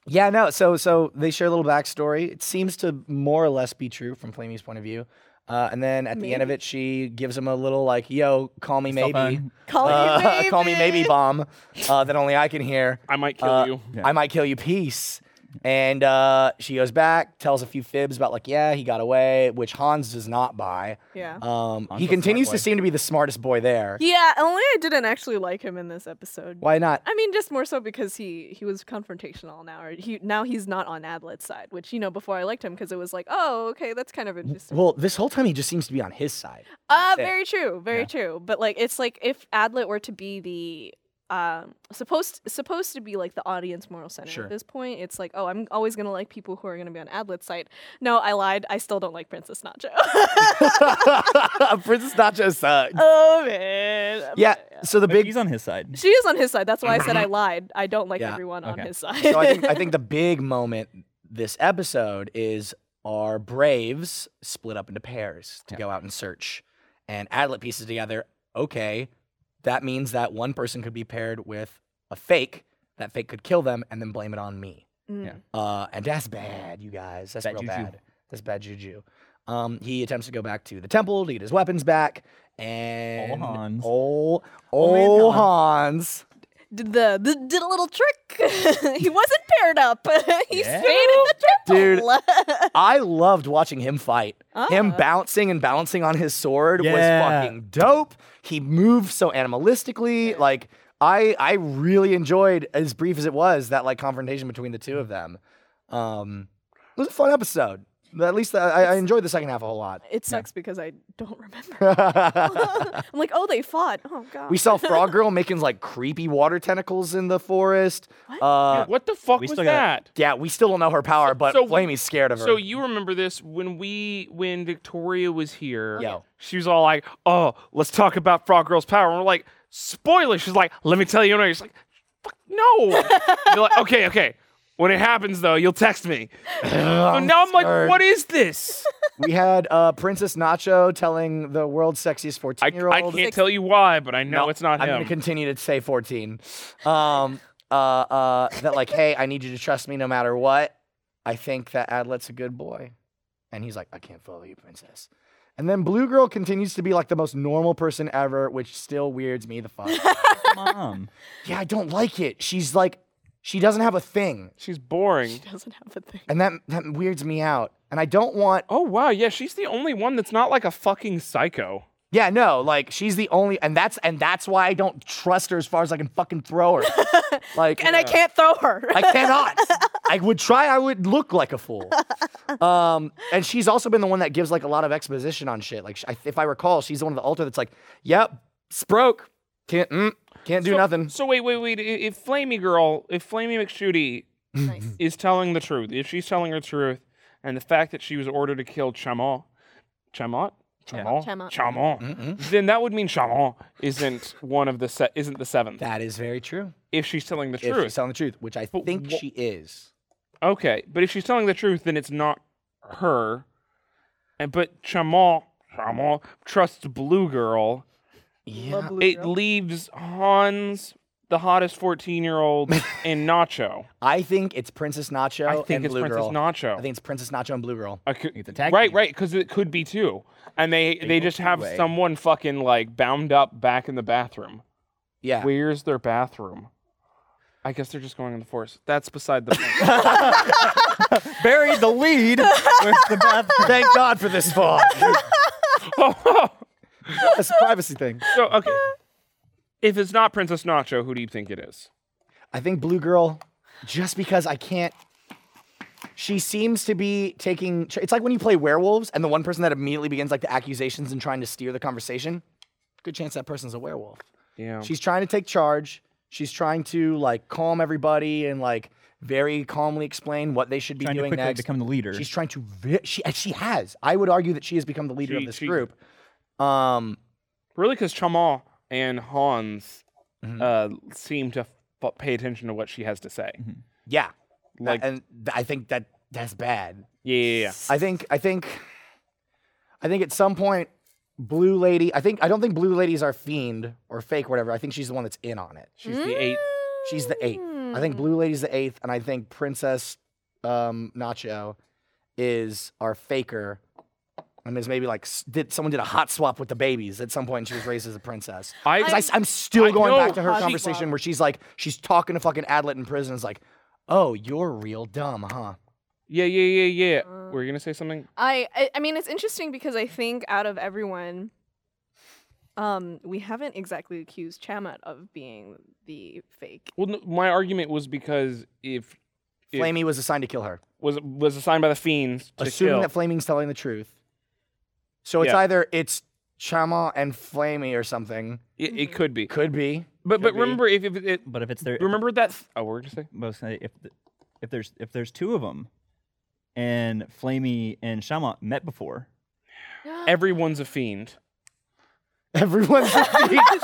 yeah, no. So, so they share a little backstory. It seems to more or less be true from Flamey's point of view. Uh, and then at the end of it, she gives him a little like, "Yo, call me Cell maybe, phone. Call me Uh, <laughs> call me maybe. maybe bomb uh, that only I can hear." <laughs> I might kill uh, you. I might kill you. Peace. And uh, she goes back, tells a few fibs about like, yeah, he got away, which Hans does not buy. yeah Um, Hans he a smart continues to boy. seem to be the smartest boy there. yeah only I didn't actually like him in this episode Why not? I mean, just more so because he he was confrontational now, or he now he's not on Adlet's side, which you know before I liked him because it was like, oh, okay, that's kind of interesting. Well, this whole time he just seems to be on his side. <laughs> uh, it. very true, very true. But like, it's like if Adlet were to be the um supposed supposed to be like the audience moral center Sure. at this point, it's like, oh, I'm always gonna like people who are gonna be on Adlet's side. No, I lied. I still don't like Princess Nacho. <laughs> <laughs> Princess Nacho sucks. oh man. yeah. So the But big he's on his side. <laughs> She is on his side. That's why I said I lied. I don't like Mm-hmm. Yeah, everyone on okay. his side. <laughs> so I think I think the big moment this episode is our Braves split up into pairs to go out and search, and Adlet pieces together. Okay, that means that one person could be paired with a fake. That fake could kill them and then blame it on me. Yeah. Uh, and that's bad, you guys. That's Mm. Bad real juju. bad. That's bad juju. Um, he attempts to go back to the temple to get his weapons back, and Hans. oh, man oh Hans. Hans. did the, the did a little trick. <laughs> he wasn't paired up. <laughs> he Yeah. stayed in the <laughs> Dude. triple. I loved watching him fight. Him Ah. bouncing and bouncing on his sword Yeah. was fucking dope. He moved so animalistically. Like I I really enjoyed as brief as it was that like confrontation between the two of them. Um it was a fun episode. At least I, I enjoyed the second half a whole lot. <laughs> it sucks because I don't remember. I'm like, oh, they fought. Oh god. <laughs> we saw Frog Girl making like creepy water tentacles in the forest. Uh What the fuck We was still gotta- that? yeah, we still don't know her power, but so- Flamey's scared of her. So you remember this when we when Victoria was here? Yeah. She was all like, "Oh, let's talk about Frog Girl's power." And we're like, "Spoiler." She's like, "Let me tell you." And she's like, fuck <laughs> no. You're like, okay, okay. When it happens though, you'll <laughs> text me. So now I'm like, what is this? we had uh, Princess Nacho telling the world's sexiest I, 14 year I old. can't tell you why, but I know No, it's not I'm gonna him. continue to say 14. Um, uh, uh, that like, hey, I need you to trust me no matter what. I think that Adlet's a good boy, and he's like, I can't follow you, princess. And then Blue Girl continues to be like the most normal person ever, which still weirds me the fuck. out. Mom. yeah, I don't like it. She's like, she doesn't have a thing, She's boring. doesn't have a thing. and that that weirds me out. And I don't want. Oh wow, yeah, she's the only one that's not like a fucking psycho. Yeah, no, like she's the only, and that's and that's why I don't trust her as far as I can fucking throw <laughs> her. like, and I can't throw her. I cannot. I would try. I would look like <laughs> a fool. Um, and she's also been the one that gives like a lot of exposition on shit. Like, sh- I, if I recall, she's the one at the altar that's like, "Yep, sproke, can't, mm, can't do so, nothing." So wait, wait, wait. i- If Flamey Girl, if Flamey McShooty <laughs> is telling the truth, if she's telling her truth, and the fact that she was ordered to kill Chamon, Chamot, Chamon, Chamot. Chamon, then that would mean Chamon isn't one of the se- isn't the seventh. that is very true. If she's telling the If truth, she's telling the truth, which I But think wha- she is. okay. But if she's telling the truth, then it's not her. And but Chamon, Chamon trusts Blue Girl. Yeah. It leaves Hans, the hottest fourteen-year-old, and Nacho. I think it's Princess Nacho I think and it's Blue Princess Girl. Nacho. I think it's Princess Nacho and Blue Girl. I could- It's a tag right, team. right, because it could be two, and they they, go just have two-way. someone fucking like bound up back in the bathroom. Yeah. Where's their bathroom? I guess they're just going in the forest. That's beside the point. Buried the <laughs> lead with the bathroom. Thank God for this fall. <laughs> That's a privacy thing. <laughs> so okay, if it's not Princess Nacho, who do you think it is? I think Blue Girl, just because I can't. She seems to be taking. It's like when you play werewolves, and the one person that immediately begins like the accusations and trying to steer the conversation. Good chance that person's a werewolf. Oh. Yeah. She's trying to take charge. She's trying to like calm everybody and like very calmly explain what they should be Trying to doing quickly next. become the leader. She's trying to. Vi- she and she has. I would argue that she has become the leader She- of this she- group. Um, Really, because Chama and Hans Mm-hmm. uh, seem to f- pay attention to what she has to say. yeah, like, Like- and th- I think that that's bad. Yeah, yeah, yeah. I think I think I think at some point Blue Lady I think I don't think Blue Lady's our fiend or fake whatever. I think she's the one that's in on it. She's the eight. She's the eighth. I think Blue Lady's the eighth, and I think Princess um, Nacho is our faker. And there's maybe like s- did someone did a hot swap with the babies at some point and she was raised as a princess. I- 'Cause I, am still I going know. back to her Hot conversation where she's like she's talking to fucking Adlet in prison. Is like, oh, you're real dumb, huh? Yeah, yeah, yeah, yeah. Were you gonna say something? I, I I mean it's interesting because I think out of everyone, um, we haven't exactly accused Chamat of being the fake. Well, no, my argument was because if If- Flamey was assigned to kill her. was was assigned by the fiends to assuming kill. that Flaming's telling the truth. So it's Yeah. either it's Chama and Flamey or something. it, it could be, Could be. but but be. remember if, if it But if it's their remember that th- oh we're gonna say most uh, if th- if there's if there's two of them, and Flamey and Shama met before. everyone's a fiend. Everyone's <laughs>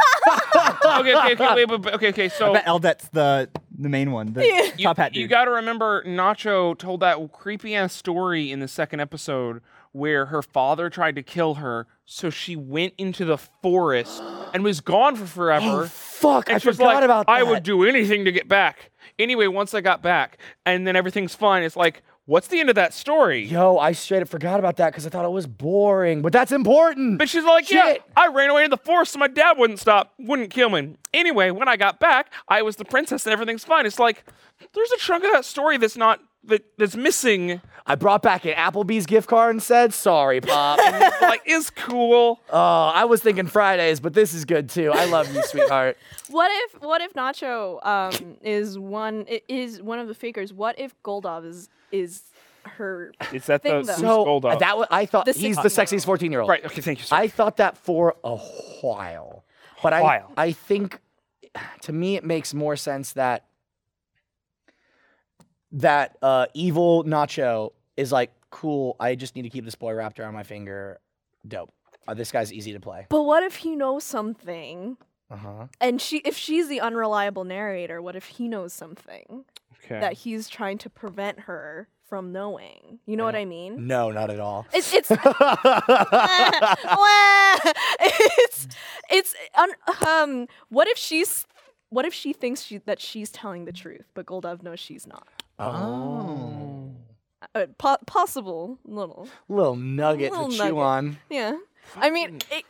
okay, okay, okay, wait, but, but- okay, okay. I So bet Eldet's the the main one, the you, top hat dude. you got to remember Nacho told that creepy ass story in the second episode where her father tried to kill her, so she went into the forest and was gone for forever. Oh, fuck. And I she was forgot like, about that. I would do anything to get back. Anyway, once I got back, and then everything's fine. It's like, what's the end of that story? Yo, I straight up forgot about that because I thought it was boring. But that's important. But she's like, Shit. yeah, I ran away in the forest so my dad wouldn't stop, wouldn't kill me. Anyway, when I got back, I was the princess and everything's fine. It's like, there's a chunk of that story that's not, that, that's missing, I brought back an Applebee's gift card and said, "Sorry, <laughs> pop." like, is cool. oh, I was thinking Fridays, but this is good too. I love you, sweetheart. What if what if Nacho um is one i- is one of the fakers? What if Goldov is is her? Is that Thing, though. the so, so uh, that wa- I thought The he's the 16-year-old. sexiest fourteen-year-old. Right, okay, thank you, sir. I thought that for a while. But While. I I think to me it makes more sense that that uh, evil Nacho is like, cool, I just need to keep this boy wrapped around my finger. Dope. Uh, this guy's easy to play. But what if he knows something And she, if she's the unreliable narrator, what if he knows something Okay. that he's trying to prevent her from knowing? You know what I Mm. mean? No, not at all. Oh. It's it's <laughs> <laughs> it's it's un, um. What if she's what if she thinks she, that she's telling the truth, but Goldov knows she's not? Oh. Uh, po- possible <laughs> little, Little nugget Little to chew nugget. <laughs> on. yeah. I mean, it,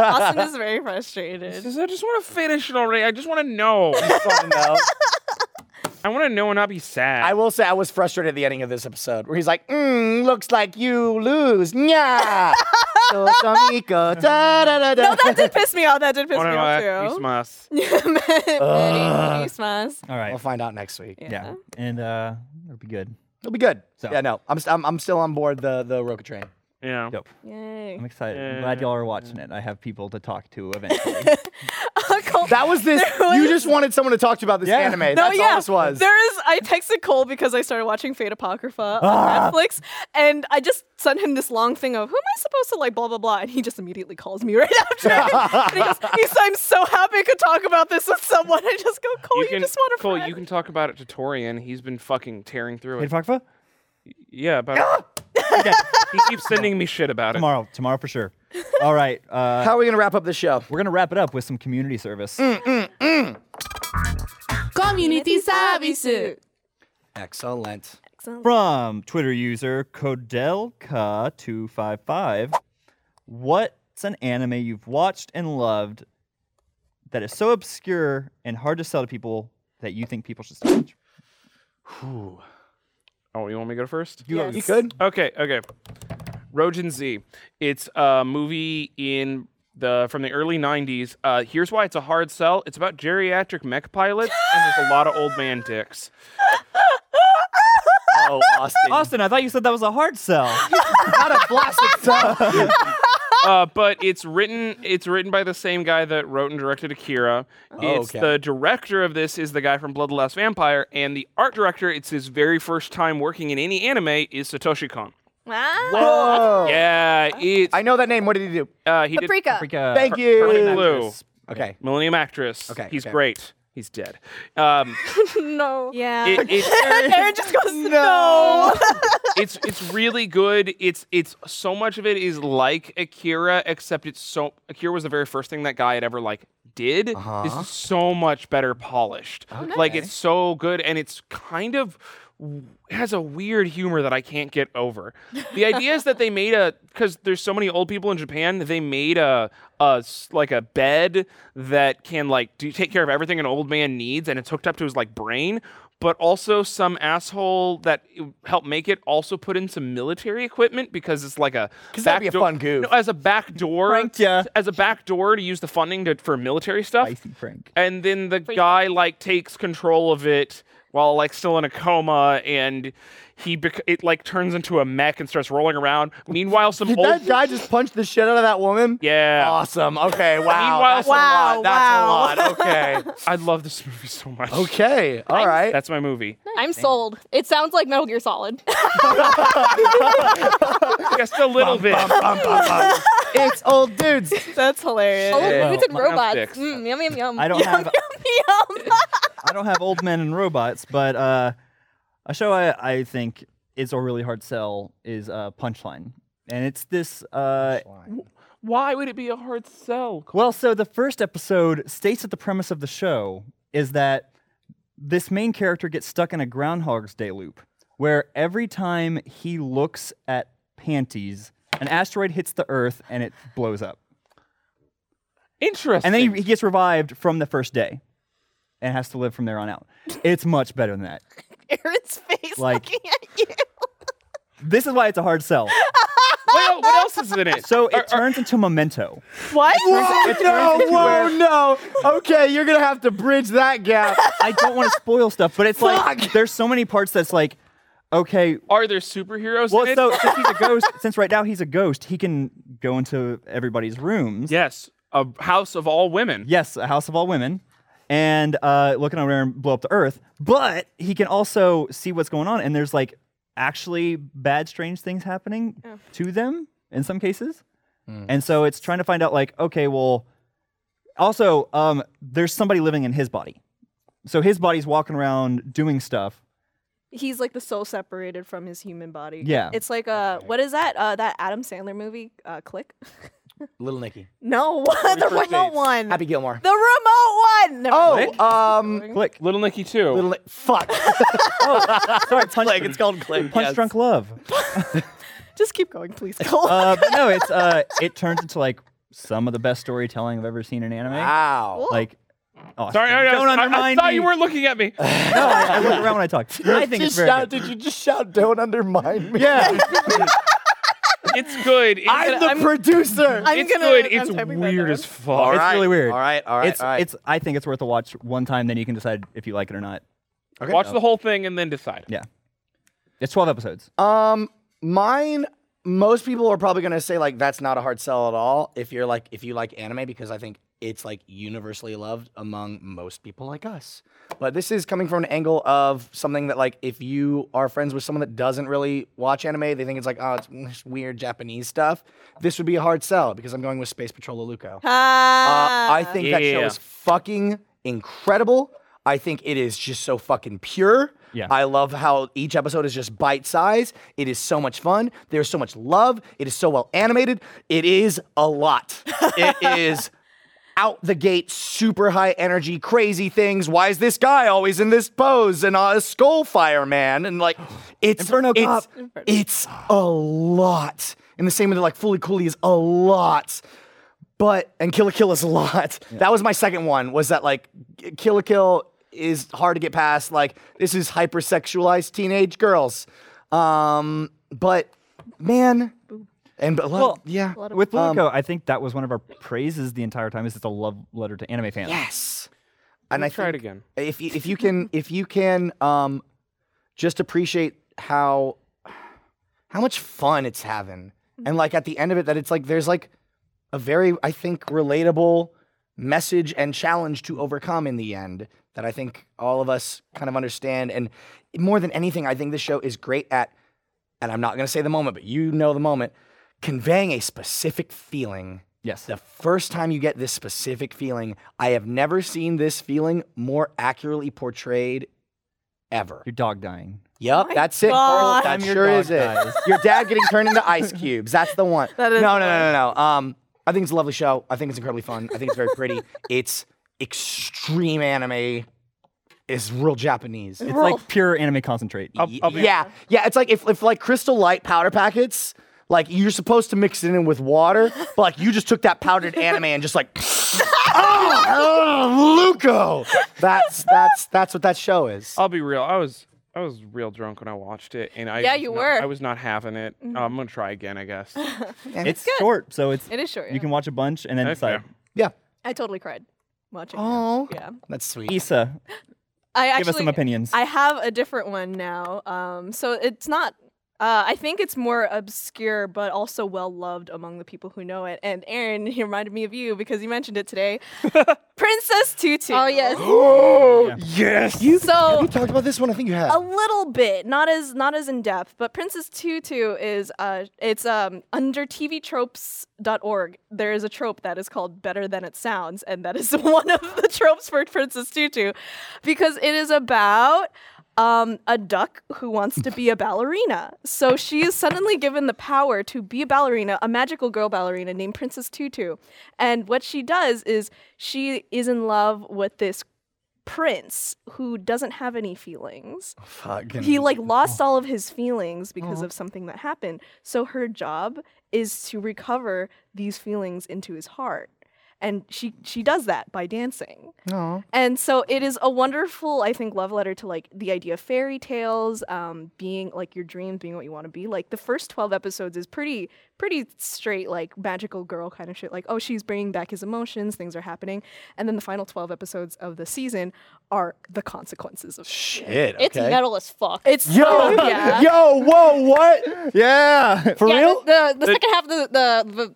Austin is very frustrated. Just- I just want to finish it already. I just want to know. Fun, though. I want to know and not be sad. I will say I was frustrated at the ending of this episode where he's like, mm, looks like you <laughs> lose. Nya. So it's amigo. <laughs> Da, da, da, da. No, that did piss me off. That did piss me Wanna know off too. what? Christmas. Merry Uh. Christmas. All We'll right. find out next week. Yeah. And uh, it'll be good. It'll be good. So- Yeah, no, I'm, st- I'm I'm still on board the the Roka train. Yeah. Dope. Yay. I'm excited. I'm glad y'all are watching it. I have people to talk to <laughs> eventually. Cole- That was this. you just wanted someone to talk to you about this Yeah. anime. Oh, No, That's yeah. all this was. There is. I texted Cole because I started watching Fate Apocrypha Ah. on Netflix, and I just sent him this long thing of who am I supposed to like, blah blah blah, and he just immediately calls me right <laughs> after. and he goes, he said, "I'm so happy I could talk about this with someone." I just go, Cole, you, just want to. Cole, Oh, you can talk about it to Torian. He's been fucking tearing through Hey, it. Fakfa? yeah, about Okay. he keeps sending me shit about it. Tomorrow. Tomorrow for sure. All right. Uh, How are we gonna wrap up the show? we're going to wrap it up with some community service. Community service. Excellent. From Twitter user Codelka255 What's an anime you've watched and loved that is so obscure and hard to sell to people that you think people should still watch? Oh, you want me to go first? Yes. You could. Okay, okay. Rojin Z. It's a movie in the from the early 90s. Uh, here's why it's a hard sell. It's about geriatric mech pilots and there's a lot of old man dicks. Oh, Austin. Austin, I thought you said that was a hard sell. Not a plastic stuff. Uh, but it's written it's written by the same guy that wrote and directed Akira. Oh, it's okay. the director of this is the guy from Blood of the Last Vampire and the art director it's his very first time working in any anime is Satoshi Kon. Wow. Whoa. Yeah, it's Oh. I know that name. What did he do? uh, he did Paprika. Thank Perfect you. Blue. Okay. Millennium Actress. Okay, He's okay. great. He's dead. Um, No. Yeah. it, it's, Aaron just <laughs> goes no. it's it's really good. It's it's so much of it is like Akira, except it's so Akira was the very first thing that guy had ever like did. This is so much better polished. Like it's so good, and it's kind of it has a weird humor that I can't get over. The idea is that they made a because there's so many old people in Japan. They made a, a s- like a bed that can like do, take care of everything an old man needs, and it's hooked up to his like brain. But also some asshole that i- helped make it also put in some military equipment because it's like a 'Cause that'd back be a door- fun goof. No, as a back door, Pranked ya. as a back door to use the funding to, for military stuff Spicy Frank. and then the guy like takes control of it while like still in a coma and he bec- it like turns into a mech and starts rolling around meanwhile some Did old that guy just punch the shit out of that woman? yeah Awesome. Okay. Wow. Meanwhile- That's a lot. That's <laughs> a lot. Okay. <laughs> i love this movie so much okay. All right. that's my movie I'm sold. It sounds like Metal Gear Solid. just a little bit Bum, bum, bum. it's old dudes. That's hilarious. Oh, Yeah. boots and Mine robots. sticks. Mm, yum yum yum. I <laughs> don't have I don't have old men and robots, but uh, a show I, I think is a really hard sell is uh, Punchline, and it's this uh, why would it be a hard sell Well, so the first episode states that the premise of the show is that this main character gets stuck in a Groundhog's Day loop where every time he looks at panties, an asteroid hits the Earth and it blows up. interesting And then he, he gets revived from the first day and has to live from there on out. It's much better than <laughs> that. Aaron's face Like- looking at you. This is why it's a hard sell. what, el- what else is in <laughs> it So it turns into Memento. What? <laughs> Whoa, no, whoa, no. Okay, you're gonna have to bridge that gap. I don't want to spoil stuff, but it's like Fuck. there's so many parts that's like, okay, are there superheroes Well, in it so since he's a <laughs> ghost, since right now he's a ghost, he can go into everybody's rooms. yes a house of all women Yes, a house of all women, and uh, looking over and blow up the earth. But he can also see what's going on, and there's like actually bad, strange things happening Oh. Hmm. to them in some cases. And so it's trying to find out, like, okay, well, Also, um, there's somebody living in his body. So his body's walking around doing <laughs> stuff. He's like the soul separated from his human body. Yeah. It's like uh what is that? Uh that Adam Sandler movie, uh Click? <laughs> <laughs> Little Nicky, No, <laughs> the remote First Dates. one. Happy Gilmore. the remote one. Never mind. Oh, um, Click. Little Nicky too. Little Ni- <laughs> fuck. Sorry, punch, Click. It's called Click. punch yes. drunk love. Just keep going, please. Cole. Uh, but no, it's uh, it turns into like some of the best storytelling I've ever seen in anime. Wow. Like, oh, Sorry, I, I- don't I- I undermine thought me. you weren't looking at me. No, I, I look around when I talk. <laughs> I think it's Just very. shout, Good. did you just shout, don't undermine me? Yeah, It's good. It's, I'm the producer. I'm it's gonna- good. I'm It's typing that weird down. as fuck. All it's right, really weird. All right, all right, it's all right. it's. I think it's worth a watch one time. Then you can decide if you like it or not. Watch the whole thing and then decide. Yeah, it's twelve episodes. Uh, Um, mine. Most people are probably gonna say like that's not a hard sell at all. If you're like if you like anime, because I think it's like universally loved among most people like us. But this is coming from an angle of something that like if you are friends with someone that doesn't really watch anime, they think it's like oh it's mm, it's weird Japanese stuff. This would be a hard sell because I'm going with Space Patrol Aluko. Uh, I think that show Yeah. is fucking incredible. I think it is just so fucking pure. Yeah. I love how each episode is just bite size. It is so much fun. There's so much love. It is so well animated. It is <laughs> a lot. it is out the gate, super high energy, crazy things. Why is this guy always in this pose and uh, a skull fire man? <gasps> And like, it's Inferno it's, Cop. it's a lot. And the same with like Fully Cooley is a lot but and Kill a Kill is a lot. That was my second one. Was that like K- Kill a Kill is hard to get past? Like this is hypersexualized teenage girls. Um, but man, and but Well, yeah, With um, Luco, I think that was one of our praises the entire time. Is it's a love letter to anime fans? yes. And I Try it think- again. if you, if you can if you can um just appreciate how how much fun it's having and like at the end of it that it's like there's like a very i think relatable message and challenge to overcome in the end that i think all of us kind of understand and more than anything i think this show is great at and i'm not going to say the moment but you know the moment conveying a specific feeling Yes. the first time you get this specific feeling, I have never seen this feeling more accurately portrayed ever. Your dog dying. Yep, that's it. Carl. God. That Time your sure dog is it. dies. Your dad getting turned into <laughs> ice cubes. That's the one. That is no, no, the no, no, no. Um, I think it's a lovely show. I think it's incredibly fun. I think it's very pretty. it's extreme anime. It's real Japanese. It's like pure anime concentrate. Y- yeah, yeah. It's like if, if like Crystal Light powder packets, like you're supposed to mix it in with water, but like you just took that <laughs> powdered anime and just like, oh, <laughs> oh, Luco. That's that's that's what that show is. I'll be real. I was I was real drunk when I watched it, and I Yeah, was you not- were. Mm. I was not having it. Uh, I'm gonna try again, I guess. <laughs> it's short, so it's It is short, You yeah. can watch a bunch and then Okay. decide. Yeah. I totally cried watching. it. Oh, Yeah. that's sweet. Issa, I actually give us some opinions. I have a different one now. Um, so it's not. Uh, I think it's more obscure, but also well loved among the people who know it. And Aaron, he reminded me of you because you mentioned it today. Princess Tutu. Oh yes. yes. So We talked about this one. I think you a have. little bit, not as not as in depth, but Princess Tutu is uh it's um under tvtropes.org. There is a trope that is called better than it sounds and that is <laughs> one of the tropes for Princess Tutu because it is about um, a duck who wants to be a ballerina. So she is suddenly given the power to be a ballerina, a magical girl ballerina named Princess Tutu. And what she does is she is in love with this prince who doesn't have any feelings. Fucking- He like lost all of his feelings because of something that happened. So her job is to recover these feelings into his heart. And she she does that by dancing. And so it is a wonderful, I think, love letter to like the idea of fairy tales, um, being like your dreams, being what you want to be. Like the first twelve episodes is pretty, pretty straight, like magical girl kind of shit. Like oh, she's bringing back his emotions, things are happening, and then the final twelve episodes of the season are the consequences of shit. Shit. Okay. It's metal as fuck. It's Yo, so, yeah. yo, whoa, what? yeah. For yeah, real? The, the, the second half of the, the, the,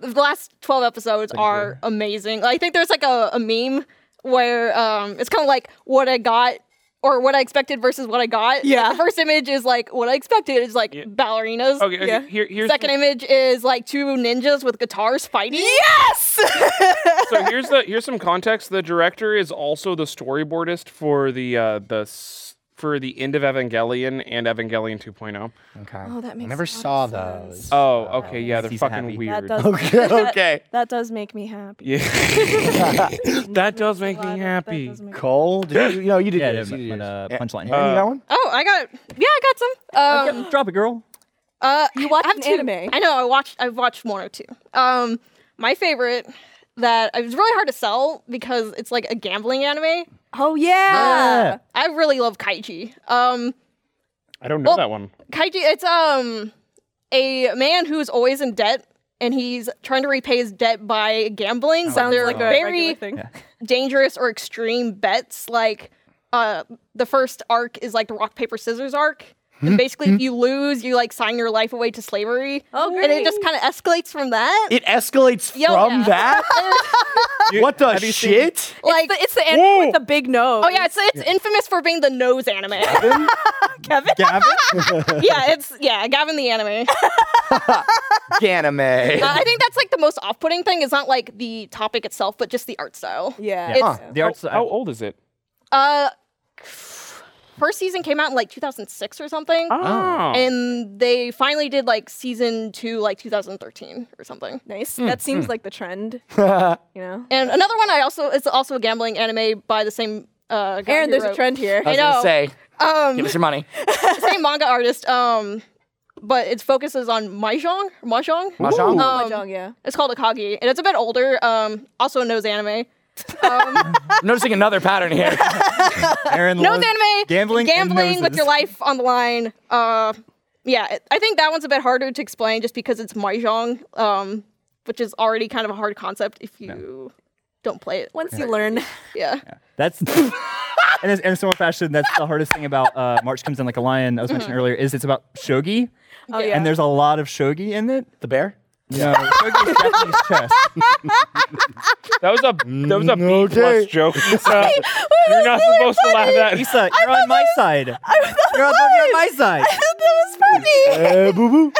the last 12 episodes are amazing. I think there's like a, a meme where um, it's kind of like what I got or what I expected versus what I got. Like, Yeah. the first image is like what I expected is like ballerinas. Okay. okay. Yeah. Here, here's Second image is like two ninjas with guitars fighting. Yeah. <laughs> so here's the here's some context. The director is also the storyboardist for the uh, the s- for the end of Evangelion and Evangelion 2.0. Okay. Oh, that makes Never a lot of saw sense. those. Oh, okay, yeah, they're He's fucking happy. weird. does- Okay, okay. That does make me happy. yeah, that does make me happy. Cole, did you, you know you did Yeah, yours, you did but, yours. uh, Yeah. punchline. Aaron, you got one? Oh, I got yeah, I got some. Um, Drop it, girl. uh, You watched I have an two. anime. I know. I watched. I've watched one or two. Um, my favorite that it was really hard to sell because it's like a gambling anime. Oh yeah. I really love Kaiji. Um, I don't know Well- that one. Kaiji, it's um a man who's always in debt and he's trying to repay his debt by gambling. Sounds they're Like a very regular thing. dangerous or extreme bets. Like uh, the first arc is like the rock paper scissors arc. And basically, if you lose, you like sign your life away to slavery. Oh, And it just kind of escalates from that. It escalates Yo, from yeah. <laughs> that. what the shit? <laughs> like, But it's the anime Whoa. with the big nose. oh yeah, it's it's infamous for being the nose anime. <laughs> Kevin. yeah, it's yeah, Gavin <laughs> the anime. Ganame. Uh, I think that's like the most off-putting thing. Is not like the topic itself, but just the art style. Yeah. It's The arts. How old is it? uh, first season came out in like 2006 or something, Oh, and they finally did like season two like 2013 or something. Nice. Hmm, That seems like the <laughs> trend. you know. And another one I also it's also a gambling anime by the same uh guy Aaron, who there's a wrote- trend here. I was gonna know. say, um give us your money. same manga artist um but it focuses on mahjong mahjong Mahjong? Um, Mahjong, yeah. it's called akagi and it's a bit older um also knows anime um, I'm noticing another pattern <laughs> here. Aaron knows loves anime Gambling. and gambling with noses. your life on the line uh yeah it- i think that one's a bit harder to explain just because it's mahjong um which is already kind of a hard concept if you don't play it Once you learn, yeah That's <laughs> and it's in a similar fashion. That's the hardest thing about uh, March comes in like a lion. I was mentioning earlier is it's about shogi, oh yeah, and there's a lot of shogi in it. the bear? No, shogi is Japanese chess. that <laughs> was a that was a B plus okay. <laughs> joke. Lisa. You're not supposed to laugh at. that. Lisa, you're on my side. You're on, you're on my side. that was funny. Hey, Eh, boo boo.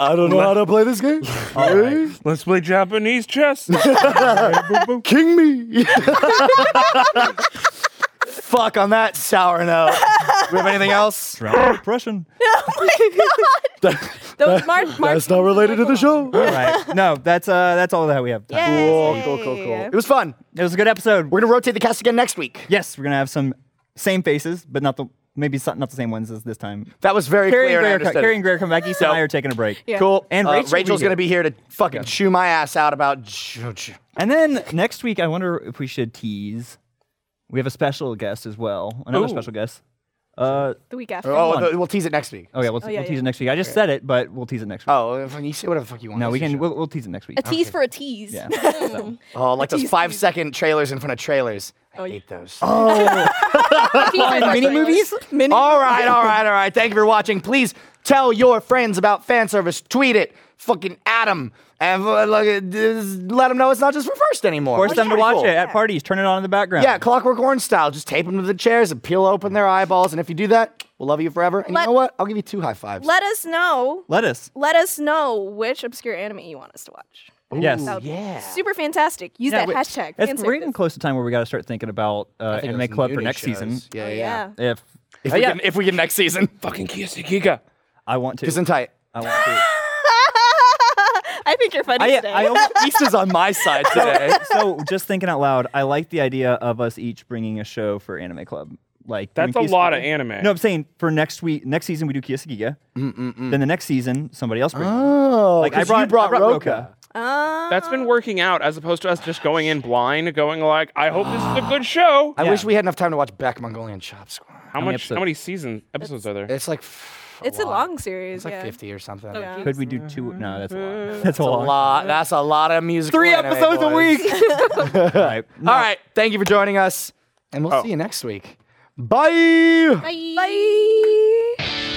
I don't know how to play this game. All right. Let's play Japanese <laughs> chess. King me. Fuck on that sour note. we have anything else? Round of oppression. Those March, March. not related to the show. All right. No, that's uh, that's all that we have. time. Cool, cool, cool, cool. It was fun. It was a good episode. We're gonna rotate the cast again next week. Yes, we're gonna have some same faces, but not the maybe so- not the same ones as this time. That was very Carrie and clear. and I Greer, understood. Carrie and Greer come back. Issa and I are taking a break. Yeah. Cool. And Uh, Rachel will Rachel's be gonna here. be here to fucking chew my ass out about. And then next week, I wonder if we should tease. We have a special guest as well. Another Ooh. special guest. Uh, The week after. Oh, on. th- we'll tease it next week. oh yeah, we'll, yeah, we'll tease yeah. it next week. I just said it, but we'll tease it next week. Oh, if you say whatever the fuck you want. no, This we is can. your We'll, we'll tease it next week. a tease for a tease Yeah. so. Oh, like those five second trailers in front of trailers. I hate those. <laughs> Oh. A tease is <laughs> mini actually- movies. Mini- All right, all right, all right. Thank you for watching. Please tell your friends about fan service. Tweet it. Fucking Adam. And uh, look at this- let them know it's not just for first anymore. Force Which is them to pretty watch cool. it at parties. Turn it on in the background. Yeah, Clockwork Orange style. Just tape them to the chairs and peel open their eyeballs. And if you do that, we'll love you forever. And you Let- know what? I'll give you two high fives. Let us know. Let us. Let us know which obscure anime you want us to watch. yes. That would be yeah. Super fantastic. Use Yeah, that wait, hashtag. It's, fanservice. we're getting close to time where we got to start thinking about uh, I think it anime was club for nudie next shows. season. Yeah, Oh, yeah. yeah. If If, Oh, we yeah. Can, if we can next <laughs> season, Fucking Kiyosakiga. I want to, kiss and <laughs> tight. I want <laughs> to. I think you're funny I, today. I almost Lisa's on my side today. so just thinking out loud, I like the idea of us each bringing a show for Anime Club. Like That's doing a lot of Kiyosuke- anime. No, I'm saying for next week, next season we do Kiyosakiga. Then the next season somebody else brings. one. Oh, Like, I 'cause brought- you I brought, brought Roka. Roka. Um, That's been working out as opposed to us just going in blind, going like, I hope this is a good show. I Yeah. wish we had enough time to watch Back Mongolian Chop Squad. How many much? episodes? How many season episodes are there? <sighs> It's like f- It's a lot. long series. It's like yeah. 50 or something. Yeah. Could we do two? No, that's a <laughs> lot. That's a That's a lot. lot. That's a lot of music. Three episodes a week. <laughs> All right. All right. Thank you for joining Oh. us, and we'll see you next week. Bye. Bye. Bye.